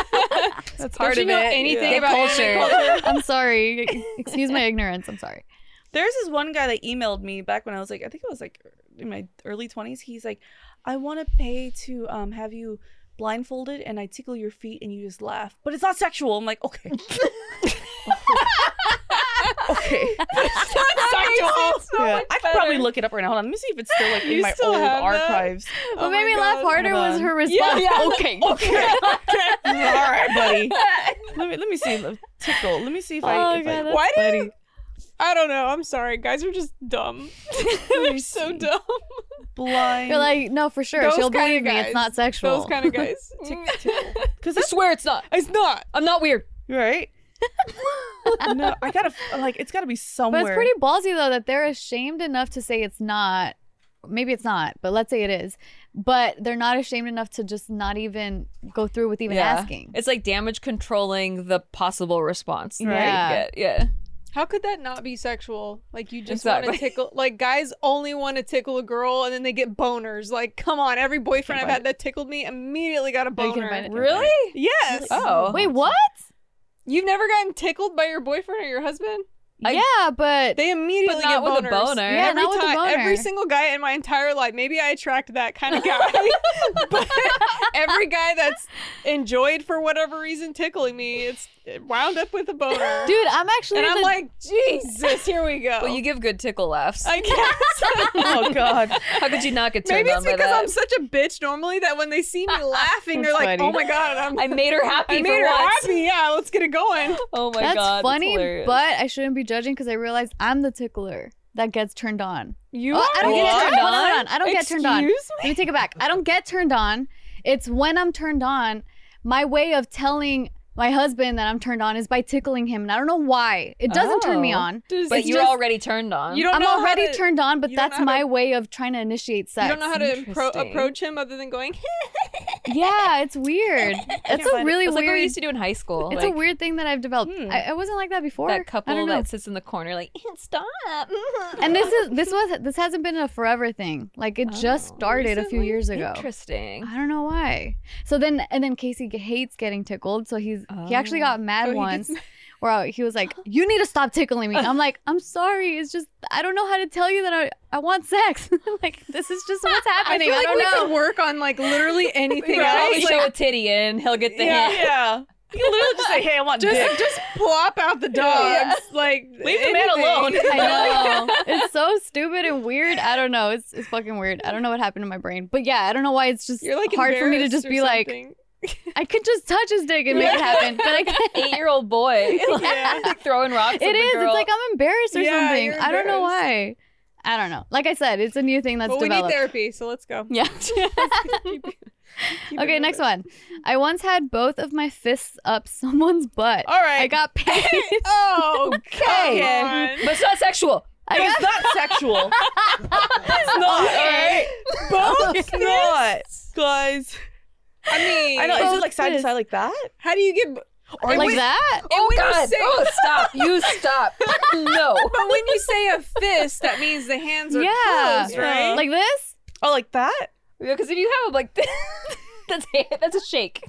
C: part
B: don't you
C: of
B: know
C: it.
B: Anything
C: Yeah.
B: about
C: Culture.
B: anime culture?
A: I'm sorry. Excuse my ignorance. I'm sorry.
B: There's this one guy that emailed me back when I was like, I think it was like in my early 20s. He's like, I want to pay to um have you blindfolded and I tickle your feet and you just laugh, but it's not sexual. I'm like, okay. okay. Yeah. I could probably look it up right now. Hold on. Let me see if it's still like in
D: You
B: my
D: still
B: old
D: have that?
B: archives.
A: What
D: Oh
A: made
D: my
A: me laugh
D: God.
A: harder
B: Hold
A: was
B: on.
A: her
C: Yeah,
A: response.
C: yeah.
A: Okay.
B: Okay. All right, buddy. Let me let me see. Let me tickle. Let me see if I.
A: Oh,
B: if
A: God,
B: I
A: that's
D: Why do
B: buddy.
D: you? I don't know. I'm sorry, guys are just dumb. They're so dumb.
B: blind.
A: You're like, no, for sure.
D: Those
A: She'll
D: kinda
A: believe me. It's
D: guys.
A: not sexual.
D: Those kind of guys.
B: because
C: I swear it's not.
D: it's not.
C: I'm not weird.
B: right. no, I gotta like. It's gotta be
A: but
B: somewhere.
A: it's pretty ballsy, though, that they're ashamed enough to say it's not. Maybe it's not, but let's say it is. But they're not ashamed enough to just not even go through with even asking.
C: It's like damage controlling the possible response. that you
A: Right.
C: get. Yeah.
D: How could that not be sexual? Like you just
C: Exactly.
D: want to tickle. Like guys only want to tickle a girl, and then they get boners. Like come on, every boyfriend I've had that tickled me immediately got a
A: No, you can
D: boner.
A: find it.
C: Really?
D: Yes.
C: Oh.
A: Wait, what?
D: You've never gotten tickled by your boyfriend or your husband?
C: I-
A: yeah, but
D: They immediately
C: not
D: get
C: with a
D: boners.
C: boner.
A: Yeah,
D: every
A: not with a
D: time, every
A: boner.
D: single guy in my entire life. Maybe I attract that kind of guy. but every guy that's enjoyed for whatever reason tickling me, it's it wound up with a boner.
A: dude, I'm actually
D: and
A: in
D: I'm
A: the-
D: like, Jesus, here we go.
C: Well, you give good tickle laughs.
D: I guess.
B: Oh God.
C: How could you not get turned
D: Maybe it's
C: on by
D: because
C: that?
D: I'm such a bitch normally that when they see me laughing, they're
A: That's
D: like,
A: funny.
D: "Oh my god, I'm."
C: I made her happy
D: I
C: for
D: made her
C: once.
D: happy. Yeah, let's get it going.
C: Oh my
A: that's
C: god, that's
A: funny,
C: hilarious.
A: but I shouldn't be judging because I realized I'm the tickler that gets turned on.
D: You
A: Oh, I don't get
C: What?
A: turned on. Hold on. I don't
D: Excuse
A: get turned on.
D: Me?
A: Let me take it back. I don't get turned on. It's when I'm turned on. My way of telling my husband that I'm turned on is by tickling him, and I don't know why. It doesn't turn me
C: Oh.
A: on.
D: Does-
C: But
D: it's
C: you're
D: just-
C: already turned on.
D: You don't
A: I'm
D: know how
A: already
D: to-
A: turned on, but
D: you don't
A: that's
D: know how
A: my
D: to-
A: way of trying to initiate sex.
D: You don't know how to impro-
C: Interesting.
D: approach him other than going.
A: yeah, it's weird. It's a
B: find it.
A: really
C: it's like what we
A: weird.
C: used to do in high school.
A: it's a
C: like,
A: weird thing that I've developed.
B: Hmm.
A: I, I wasn't like that before.
C: that
A: I
C: couple
A: don't know.
C: that sits in the corner like stop.
A: and this is this was this hasn't been a forever thing. Like it just
C: Oh,
A: started a few
C: recently?
A: years ago.
C: Interesting.
A: I don't know why. So then, and then Casey g- hates getting tickled. So he's he actually
C: Oh.
A: got mad
D: Oh, he
A: once, where I- he was like, "You need to stop tickling me." I'm like, "I'm sorry. It's just I don't know how to tell you that I I want sex. like this is just what's happening. I,
D: like
A: don't
D: we
A: know."
D: could work on like literally anything
C: Right?
D: else.
C: Show
D: Like,
C: a titty and he'll get the
B: yeah.
C: hint.
B: yeah. You can literally just say, "Hey, I want
D: just
B: dick."
D: just plop out the dogs. Like
B: Leave the man
D: anything.
B: alone.
A: I know. it's so stupid and weird. I don't know. It's it's fucking weird. I don't know what happened to my brain. But yeah, I don't know why it's just
D: You're like
A: hard for me to
D: embarrassed
A: just
D: or
A: be like,
D: something.
A: I could just touch his dick and make it happen. But I can't.
C: Eight year old boy.
D: Yeah.
C: like throwing rocks at
A: It
C: the
A: is.
C: girl.
A: It's like I'm embarrassed or
D: Yeah,
A: something.
D: you're
A: I don't know why.
D: embarrassed.
A: I don't know. Like I said, it's a new thing that's
D: Well, we need
A: developed.
D: therapy, so let's go.
A: yeah.
D: Keep it- keep it
A: okay,
D: moving.
A: next one. I once had both of my fists up someone's butt.
B: All right.
A: I got paid.
D: Oh,
B: Okay.
D: come on.
C: but it's not sexual.
A: I got
B: It's not sexual. it's not. All right. Both it's not, guys.
D: I mean,
B: I know. Is
A: Both
B: it like side to
A: fists.
B: side like that?
D: how do you get?
B: Or
A: like
B: wait,
A: that.
D: And when you say,
C: Oh, stop. You stop. No.
D: but when you say a fist, that means the hands are
A: Yeah.
D: closed, right?
A: Like this?
B: Oh, like that?
C: Because if you have like this, that's a, that's a shake.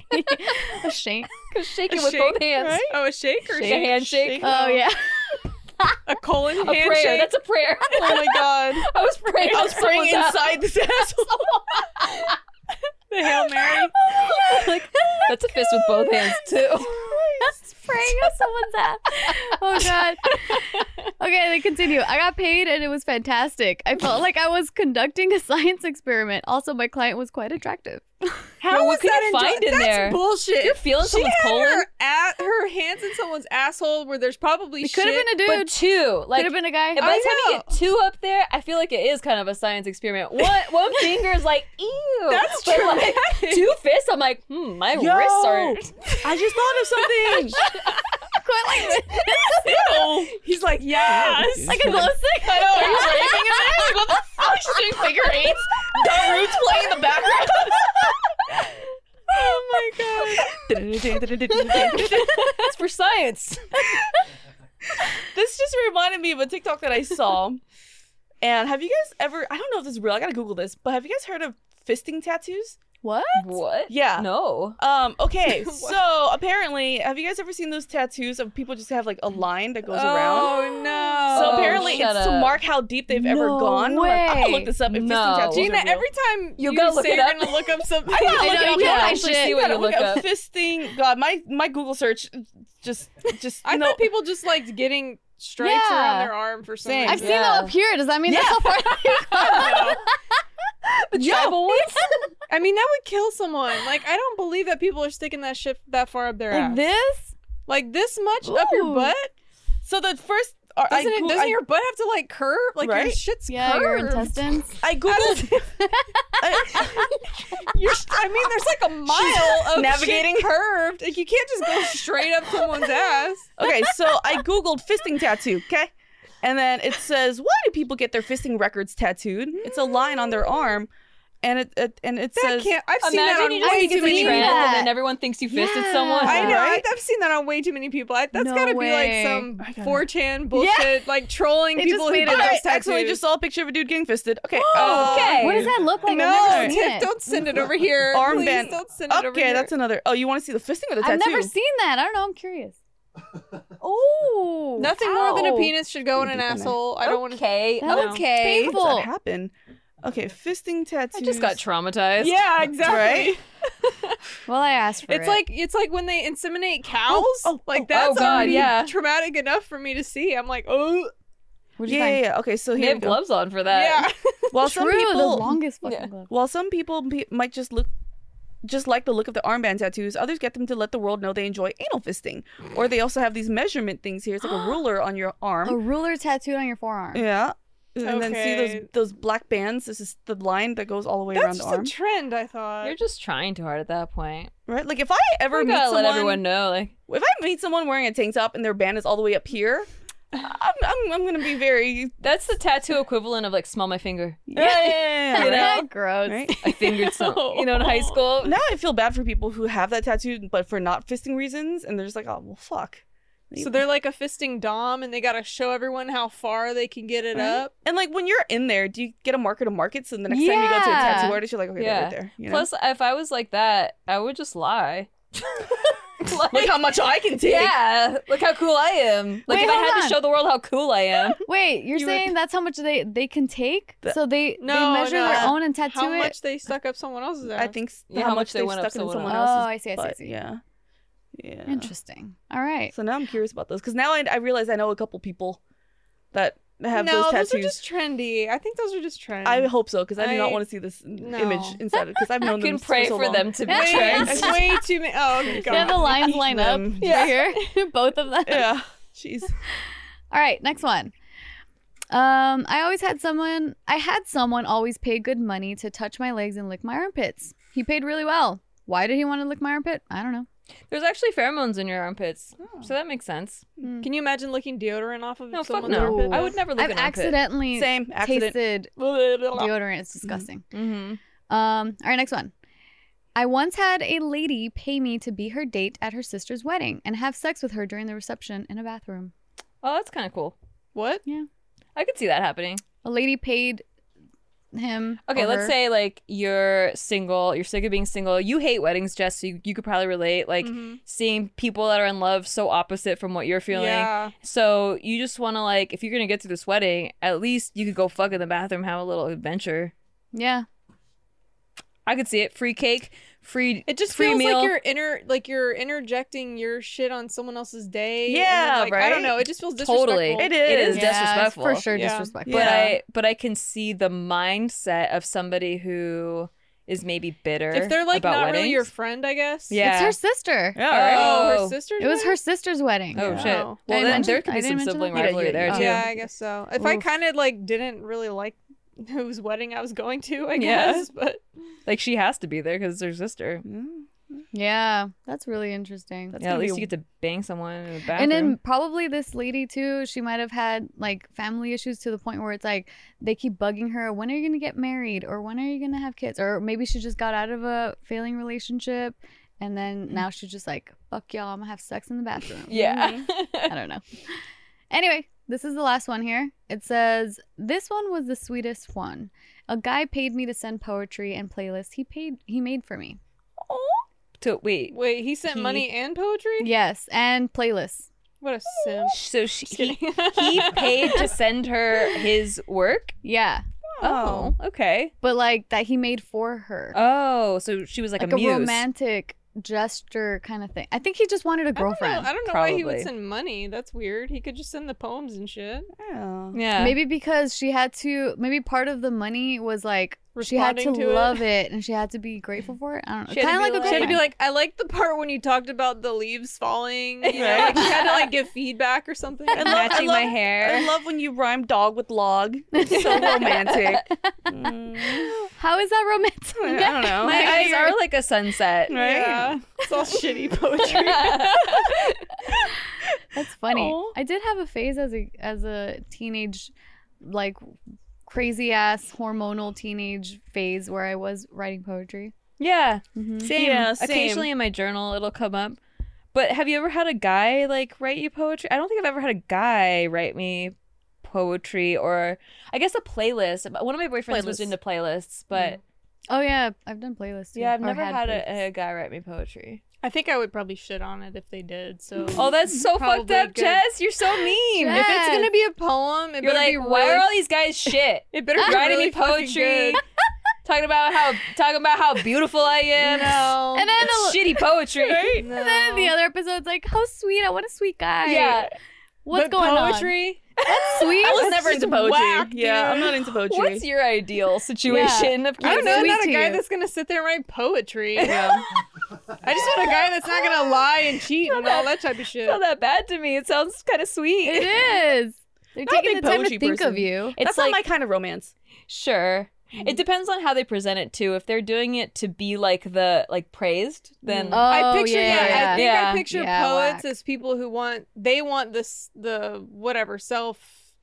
A: A shake.
C: Because shaking
D: A
C: with
D: shake,
C: both hands.
D: right? Oh, a shake or
C: Shake.
D: shake?
C: A handshake.
A: Oh yeah.
D: a colon
C: A
D: handshake.
C: prayer. That's a prayer.
D: oh my god,
C: I was praying.
B: I was praying inside this asshole.
D: the hail mary.
C: like, that's a fist with both hands too.
A: spraying up someone's ass. Oh god. Okay, they continue. I got paid and it was fantastic. I felt like I was conducting a science experiment. Also, my client was quite attractive.
C: But
D: How
C: what
D: was
C: could
D: that
C: you
D: enjoy-
C: find in
D: That's
C: there?
D: bullshit.
C: You're feeling
D: she
C: someone's
D: had
C: colon.
D: her at her hands in someone's asshole where there's probably
A: It
D: shit.
A: could have been a
C: But
A: dude.
C: two,
A: Could
C: like
A: have been a guy.
C: And by the time you
D: know.
C: get two up there, I feel like it is kind of a science experiment. One one finger is like, ew.
D: That's
C: but
D: true.
C: like two fists, I'm like, hmm, my
B: Yo,
C: wrists are
B: I just thought of something.
D: He's like, yes.
A: like a glow stick.
B: I know. Are you waving at me? Like, what the fuck? She's doing figure eights. The roots playing in the background.
C: it's for science.
B: This just reminded me of a TikTok that I saw. And have you guys ever? I don't know if this is real. I gotta Google this. But have you guys heard of fisting tattoos?
A: What?
C: What?
B: Yeah.
C: No.
B: Um. Okay. so apparently, have you guys ever seen those tattoos of people just have like a line that goes around?
D: Oh no.
B: So
C: Oh,
B: apparently, it's
C: shut
B: to
C: up.
B: mark how deep they've ever
A: No
B: gone. I'm like, I'm
A: way.
B: gonna look this up. If
C: No.
B: fisting tattoos are
D: Gina,
B: real.
D: every time
C: You
D: you,
C: gotta look
D: say
C: it
D: you're
C: up.
D: gonna look up something,
B: I'm not
A: I know,
B: looking
A: you can't
B: up now.
A: actually see
C: what
B: Gotta
C: you
B: look
C: look
B: up.
C: up.
B: Fisting. God, my my Google search just just.
D: I
B: no.
D: thought people just liked getting stripes
A: Yeah.
D: around their arm for some
B: Same.
A: I've
D: reason.
A: seen that up here. Does that mean that's how far?
C: The tribal ones?
D: I mean, that would kill someone. Like, I don't believe that people are sticking that shit that far up their
A: Like
D: ass.
A: this?
D: Like this much up your
A: Ooh.
D: butt?
B: So the first. or I,
D: Doesn't it?
B: Goo-
D: Doesn't
B: I,
D: your butt have to like curve? Like your
B: Right?
D: shit's
A: Yeah,
D: curved.
A: your intestines.
B: I googled. I,
D: You're- I mean, there's like a mile of
B: navigating.
D: shit curved. Like you can't just go straight up someone's ass.
B: okay, so I googled fisting tattoo. Okay, and then it says, why do people get their fisting records tattooed? It's a line on their arm. and it, it and it
D: That
B: says
D: can't. I've seen that
C: Imagine
D: on
C: you just
D: way
C: think
D: too
C: it's a
D: many.
C: trend,
A: people.
C: and then everyone thinks you fisted
A: Yeah.
C: someone.
A: I
D: I know.
B: right?
D: I, I've seen that on way too many people. I, that's
A: No
D: gotta be
A: way.
D: like some
B: I gotta-
D: 4chan bullshit, like trolling
A: They just
D: people who
A: made
D: did
A: it
D: those
A: up.
B: I
D: tattoos.
B: accidentally just saw a picture of a dude getting fisted. Okay. uh,
C: Okay. oh.
A: What does that look like?
D: no,
A: I've never seen
D: Tiff,
A: it.
D: don't send it over here. Please
B: Armband.
D: don't send it over
B: Okay,
D: here.
B: that's another. Oh, you want to see the fisting or the
A: I've
B: tattoo?
A: never seen that. I don't know. I'm curious. Oh,
D: Nothing more than
A: ow.
D: a penis should go in an
B: Deep in it.
C: Um,
D: asshole. I don't want to.
C: Okay.
A: That
D: No.
A: looks painful.
B: How does that happen? Okay, fisting
C: I
B: tattoos.
C: just got traumatized.
D: Yeah, exactly.
B: Right?
A: Well, I asked for
D: It's
A: it.
D: like it's like when they inseminate cows.
B: oh,
D: like
B: oh,
D: that's
C: oh, God,
D: already
C: yeah.
D: traumatic enough for me to see. I'm like, oh
A: What'd you
B: yeah, yeah,
A: find?
B: yeah. Okay, so
C: They
B: here we
C: have
B: go.
C: gloves on for that.
D: yeah.
B: While some
A: True, the
B: people,
A: longest fucking
D: Yeah.
A: glove.
B: while some people be- might just look, just like the look of the armband tattoos, others get them to let the world know they enjoy anal fisting, or they also have these measurement things here. It's like a ruler on your arm.
A: A ruler tattooed on your forearm.
B: Yeah. And then see
D: Okay.
B: those those black bands. This is the line that goes all the way around
D: That's
B: the
D: just a
B: arm,
D: trend. I thought.
C: You're just trying too hard at that point.
B: right? Like if I ever
C: We
B: meet
C: gotta
B: someone,
C: let everyone know. Like,
B: if I meet someone wearing a tank top and their band is all the way up here, I'm I'm, I'm gonna be very
C: that's the tattoo equivalent of like, smell my finger.
B: yeah.
C: You
B: right?
C: know?
A: gross.
B: Right?
C: I fingered some. You know, in high school.
B: Now I feel bad for people who have that tattoo, but for not fisting reasons, and they're just like, oh well, fuck.
D: so they're like a fisting dom, and they gotta show everyone how far they can get it
B: Right?
D: up.
B: and like when you're in there, do you get a marker to market? So the next time you go to a
A: Yeah.
B: tattoo artist, you're like, okay, they're
C: Yeah.
B: right there. You know?
C: Plus, if I was like that, I would just lie. like,
B: look how much I can take.
C: yeah, look how cool I am. Like
A: Wait,
C: if I
A: hold
C: had
A: on.
C: to show the world how cool I am.
A: Wait, you're
B: You were-
A: saying that's how much they they can take?
B: The-
A: so they
D: No,
A: they measure their
D: no.
A: own and tattoo
D: how
A: it.
D: much they stuck up someone else's ass.
B: I think s-
C: Yeah,
B: how,
C: how
B: much
C: much they
B: they
C: went
B: stuck
C: up
B: in
C: someone
B: someone
A: oh,
B: else's
A: I see, I see, I
B: But
A: see.
B: yeah, yeah.
A: Interesting. All right.
B: So now I'm curious about those because now I, I realize I know a couple people that have
D: no,
B: those
D: those,
B: tattoos.
D: are just trendy. I think those are just trends.
B: I hope so because I, do not
D: I-
B: want to see this
D: No.
B: image inside it because I've
C: I
B: known them
C: can pray
B: for, so
C: for
B: long.
C: them to be
A: Yeah.
C: trans.
D: It's way too many. Oh
A: Can I have the
D: god.
A: lines line up
B: Them.
A: right here? Both of them.
B: Yeah, jeez.
A: All right, next one. Um, I always had someone. I had someone always pay good money to touch my legs and lick my armpits. He paid really well. Why did he want to lick my armpit? I don't know.
C: There's actually pheromones in your armpits, so that makes sense.
D: Can you imagine licking deodorant off of
C: No, fuck
D: someone's
C: no.
D: armpit?
C: I would never lick
A: I've
C: an armpit.
A: accidentally
B: Same accident.
A: tasted deodorant. It's disgusting.
C: Mm-hmm.
A: Um, all right, next one. I once had a lady pay me to be her date at her sister's wedding and have sex with her during the reception in a bathroom.
C: Oh, that's kind of cool.
D: What?
C: I could see that happening.
A: A lady paid him.
C: Okay,
A: or
C: let's
A: her-
C: say like you're single, you're sick of being single. You hate weddings, Jess, so you, you could probably relate. Like
D: Mhm.
C: seeing people that are in love so opposite from what you're feeling.
D: Yeah.
C: So you just want to like, if you're gonna get to this wedding, at least you could go fuck in the bathroom, have a little adventure.
A: Yeah.
C: I could see it. Free cake, free.
D: It just
C: free
D: feels
C: meal.
D: like you're inter like you're interjecting your shit on someone else's day. and then,
B: Yeah,
D: like, I
B: right?
D: don't know. It just feels disrespectful.
C: Totally,
B: It
C: It
B: is.
C: is
A: Yeah, it's
C: disrespectful
A: for sure
D: Yeah.
A: disrespectful.
C: But
B: Yeah.
C: I, but I can see the mindset of somebody who is maybe bitter.
D: If they're like
C: about
D: not
C: weddings.
D: really your friend, I guess.
C: Yeah.
A: It's her sister.
B: Yeah, all right.
D: Oh,
C: Oh.
D: her sister.
A: It was her sister's wedding.
C: Oh
B: Yeah.
C: shit!
D: I
C: Well, then
A: didn't mention-
C: there could
A: I
C: be
A: didn't
C: some
A: mention
C: sibling
A: that.
B: Yeah,
C: rivalry
B: yeah,
C: there
B: yeah.
C: too.
D: Oh, Yeah, I guess so. If I
A: Oof.
D: kind of like didn't really like whose wedding I was going to, I
C: Yeah.
D: guess. But
C: Like she has to be there because it's her sister.
B: Mm,
A: Yeah, that's really interesting.
B: That's
C: yeah,
B: gonna
C: at least
B: be-
C: you get to bang someone in the bathroom.
A: and then probably this lady too, she might have had like family issues to the point where it's like they keep bugging her, when are you going to get married or when are you going to have kids or maybe she just got out of a failing relationship and then now she's just like fuck y'all, I'm going to have sex in the bathroom.
C: Mm. yeah,
A: I don't know. Anyway, this is the last one here. It says, "This one was the sweetest one. A guy paid me to send poetry and playlists he paid he made for me.
C: to wait.
D: wait, he sent
C: He-
D: money and poetry.
A: Yes, and playlists.
D: What a simp.
C: So she
D: Just
C: he,
D: kidding.
C: he paid to send her his work.
A: Yeah,
C: Oh, okay.
A: but like that he made for her,
C: Oh, so she was like,
A: like
C: a
A: a,
C: muse.
A: romantic gesture kind of thing. I think he just wanted a
D: I don't know-
A: girlfriend.
D: I don't know, why he
C: probably.
D: would send money. That's weird. He could just send the poems and shit.
B: yeah.
C: Yeah,
A: Maybe because she had to. Maybe part of the money was like she had
D: Responding
A: to,
D: to it.
A: love it. and she had to be grateful for it. I don't know.
D: She had,
A: Kind
D: to
A: of like,
D: be like,
A: a
D: she had to be
A: girlfriend.
D: like, I like the part when you talked about the leaves falling. You know,
B: Right.
D: like you had to like give feedback or something.
B: I love-
C: matching
B: I
C: my
B: love- I
C: hair.
B: love when you rhyme dog with log. It's so romantic. Mm,
A: How is that romantic?
B: I don't know.
C: my eyes are like a sunset.
B: Right?
D: Yeah. It's all shitty poetry.
A: That's funny.
B: Aw.
A: I did have a phase as a as a teenage like crazy ass hormonal teenage phase where I was writing poetry.
C: Yeah.
A: Mhm.
C: Same.
B: Mm, Yeah, same.
C: Occasionally in my journal, it'll come up. But have you ever had a guy like write you poetry? I don't think I've ever had a guy write me poetry or I guess a playlist. One of my boyfriends was
E: Playlists.
C: into playlists, but
A: Oh yeah, I've done playlists. too,
C: yeah, I've
A: or
C: never had,
A: playlists.
C: a, a guy write me poetry.
D: I think I would probably shit on it if they did. So
C: Oh, that's so fucked
D: Probably
C: up,
D: good.
C: Jess. You're so mean.
A: Jess.
D: if it's gonna be a poem, it
C: You're
D: better
C: like,
D: be
C: why
D: really-
C: are all these guys shit?
D: it better be
C: writing
D: really
C: me
D: fucking
C: poetry,
D: good.
C: talking about how talking about how beautiful I am.
D: No.
A: And then
C: It's
A: a-
C: shitty poetry.
D: No.
A: and then the other episode's like, how sweet! I want a sweet guy.
C: Yeah.
A: what's
D: But
A: going on?
D: poetry,
A: That's sweet.
B: I was
D: That's
B: never
D: just
B: into poetry.
D: whack,
B: yeah,
D: dude.
B: I'm not into poetry.
C: What's your ideal situation of
D: I
A: That's
D: don't know. I'm
A: sweet
D: not
A: to
D: a guy
A: you.
D: that's gonna sit there and write poetry.
B: yeah.
D: I just want a guy that's not gonna lie and cheat and all that type of shit.
C: not that bad to me. It sounds kind of sweet.
A: It is. They're
B: Not a
A: taking the
B: big
A: time to
B: poetry
A: think of
B: person.
A: you.
C: It's
B: That's
C: like
B: not my kind of romance.
C: sure.
D: Mm.
C: It depends on how they present it too. If they're doing it to be like the like praised, then
A: Oh
D: I picture yeah,
A: yeah,
D: I think
C: yeah.
D: I picture
A: Yeah,
D: poets
A: whack.
D: as people who want they want this the whatever self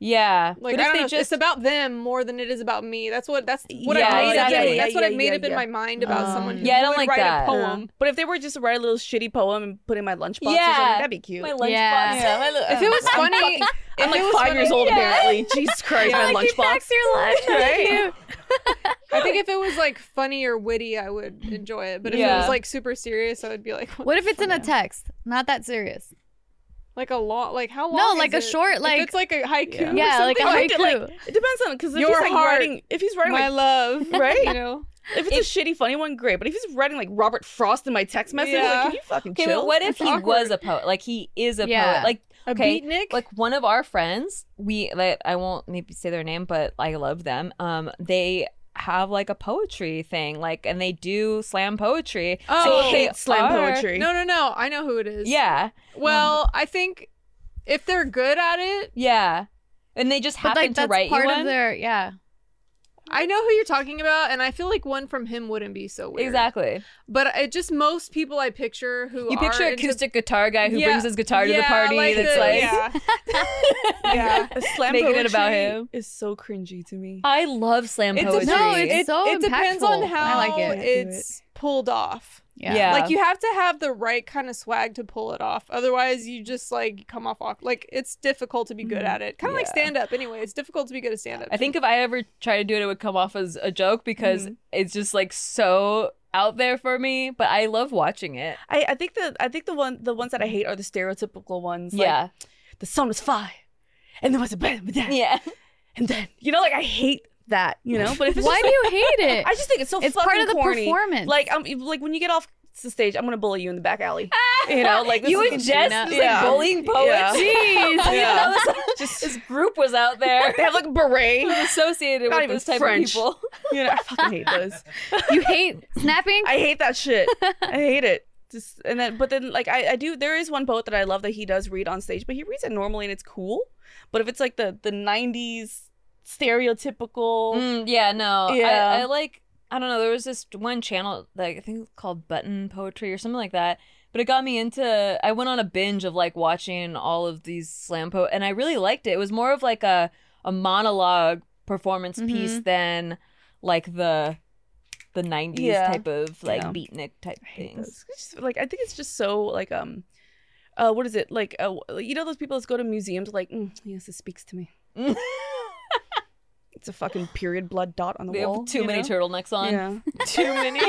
C: yeah. but
D: like I
C: if
D: don't
C: they
D: know,
C: just
D: it's about them more than it is about me. That's what that's what
C: Yeah,
D: I made up
C: exactly.
D: in, that's what
B: Yeah,
D: I made
B: yeah,
D: up in
B: yeah.
D: my mind about
A: Um,
D: someone who
C: yeah, I don't
D: would
C: like
D: write
C: that.
D: a poem.
B: But if they were just to write a little shitty poem and put it in my lunchbox or
C: Yeah.
B: something, that'd be cute.
C: my lunchbox.
A: Yeah.
C: Yeah, my li-
D: If it was
C: I'm
D: funny,
C: fucking-
B: I'm like
D: it was
B: five years
D: funny-
B: old
C: Yeah.
B: apparently. Jesus Christ, my
A: like you
B: lunchbox.
A: packed your lunch.
B: Right?
A: Cute.
D: I think if it was like funny or witty, I would enjoy it. But if it
C: Yeah.
D: was like super serious, I would be like, what,
A: What if it's in a text? Not that serious.
D: like a long, like how long?
A: No,
D: is
A: like a
D: it?
A: short,
D: If
A: like-
D: it's like a haiku. or
A: Yeah, like a
D: something,
B: like
A: haiku.
B: it, It depends on because if
D: Your
B: he's like
D: heart,
B: writing, if he's writing
D: my
B: like,
D: love,
B: Right?
D: You know,
B: if it's a shitty funny one, great. But if he's writing like Robert Frost in my text message,
D: Yeah.
B: like, can you fucking
C: okay,
B: chill?
C: but what if
D: That's
C: he
D: awkward.
C: was a poet? Like he is a
A: Yeah.
C: poet. Like
D: a
C: Okay,
D: beatnik.
C: like one of our friends we like i won't maybe say their name but i love them um they have like a poetry thing like and they do slam poetry
D: Oh,
C: if
B: hate slam
C: are-
B: poetry.
D: no, no, no. I know who it is.
C: yeah
D: Well, I think if they're good at it,
C: yeah and they just
A: But
C: happen
A: like
C: to
A: that's
C: write
A: part
C: you
A: of
C: one
A: their yeah.
D: I know who you're talking about, and I feel like one from him wouldn't be so weird.
C: exactly
D: But it just most people I picture who
C: you
D: are
C: picture
D: into-
C: acoustic guitar guy who
D: Yeah,
C: brings his guitar to the
D: Yeah,
C: party that's
D: the-
C: like uh,
D: yeah.
B: yeah, slam
C: Making it
B: poetry
C: about him.
B: is so cringy to me.
C: i love slam
D: It dep-
C: poetry
A: No, it's-
D: it,
A: so
D: it depends on
A: impactful.
D: how
A: I like it.
D: it's pulled off.
A: Yeah.
C: Yeah.
D: Like you have to have the right kind of swag to pull it off. Otherwise, you just like come off awkward. Like it's difficult to be good at it. Kind of like
C: Mm-hmm. Yeah.
D: stand up. Anyway, it's difficult to be good at stand up.
C: I think if I ever try to do it, it would come off as a joke because it's just like so out there for me. But I love watching it.
B: I, I think the I think the one the ones that I hate are the stereotypical ones. like,
C: yeah,
B: the sun was five, and there was a bed with that,
C: yeah.
B: and then you know, like I hate that, you know. But if it's
A: Why
B: just,
A: do you hate it?
B: I just think it's so
A: it's
B: fucking
A: part of the
B: corny.
A: performance.
B: Like I'm like when you get off the stage, I'm gonna bully you in the back alley. You know, like this
C: you
B: is
C: and
B: gonna-
C: Jess,
A: Gina.
C: just,
B: Yeah.
C: like bullying poets.
A: jeez.
C: I didn't
B: Yeah.
C: know this,
B: Just-
C: this group was out there
B: They have like a beret.
C: associated
B: Not
C: with
B: even
C: this type
B: French.
C: of people.
B: You know, I fucking hate those.
A: You hate snapping?
B: I hate that shit. I hate it. Just and then, but then, like I, I do. There is one poet that I love that he does read on stage, but he reads it normally and it's cool. But if it's like the the '90s stereotypical,
C: Mm, yeah, no.
B: Yeah.
C: I, I like I don't know, there was this one channel that I think it's called Button Poetry or something like that. But it got me into I went on a binge of like watching all of these slam po and I really liked it. It was more of like a a monologue performance
B: Mm-hmm.
C: piece than like the the 90s
B: Yeah.
C: type of like
B: Yeah.
C: beatnik type things.
B: things. It's just, like I think it's just so like um, uh, what is it like? Uh, you know those people that go to museums like, mm, yes, it speaks to me. It's a fucking period blood dot on the
C: They
B: wall.
C: have too
B: you
C: many
B: know?
C: turtlenecks on.
B: Yeah.
D: too many.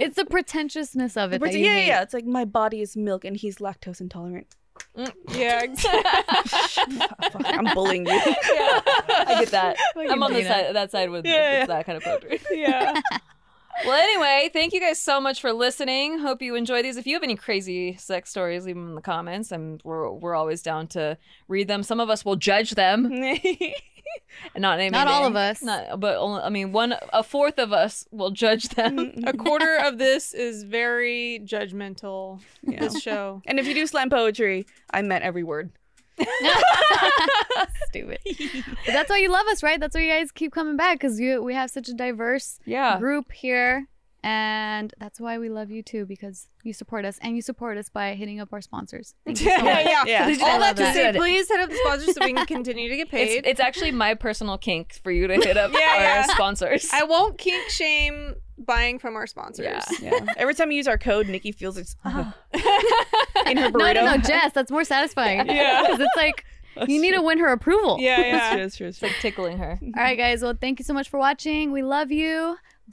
A: It's the pretentiousness of it.
B: But
A: that you
B: yeah, yeah,
A: hate.
B: yeah. It's like my body is milk and he's lactose intolerant. Mm.
D: yeah, exactly.
B: Fuck, I'm bullying you.
C: Yeah. I get that.
A: Fucking
C: I'm on the
A: Dana.
C: side that side with
B: Yeah, yeah.
C: with that kind of poetry.
D: yeah.
C: Well, anyway, thank you guys so much for listening. Hope you enjoy these. If you have any crazy sex stories, leave them in the comments. I'm we're, we're always down to read them. Some of us will judge them, not naming
A: Not all of
C: names.
A: us.
C: Not, but only, I mean, one a fourth of us will judge them.
B: Mm-hmm.
D: A quarter of this is very judgmental.
B: Yeah.
D: This show.
B: and if you do slam poetry, I meant every word.
A: Stupid. But that's why you love us, right? That's why you guys keep coming back because we have such a diverse
C: Yeah,
A: group here. And that's why we love you too, because you support us and you support us by hitting up our sponsors. Thank you so much.
D: yeah.
B: Yeah.
A: I
D: All
A: love
D: that to
A: that.
D: say, please hit up the sponsors so we can continue to get paid.
C: It's, it's actually my personal kink for you to hit up
D: Yeah,
C: our
D: yeah.
C: sponsors.
D: I won't kink shame buying from our sponsors.
C: Yeah.
B: Yeah. Every time you use our code, Nikki feels it's in her burrito.
A: No, no, no, Jess, that's more satisfying.
B: Yeah.
A: Because it's like,
B: That's
A: you need to
B: true.
A: win her approval.
D: Yeah,
B: That's
D: yeah.
B: true, that's true, that's
C: It's
B: true.
C: like tickling her.
A: All right, guys. Well, thank you so much for watching. We love you. We'll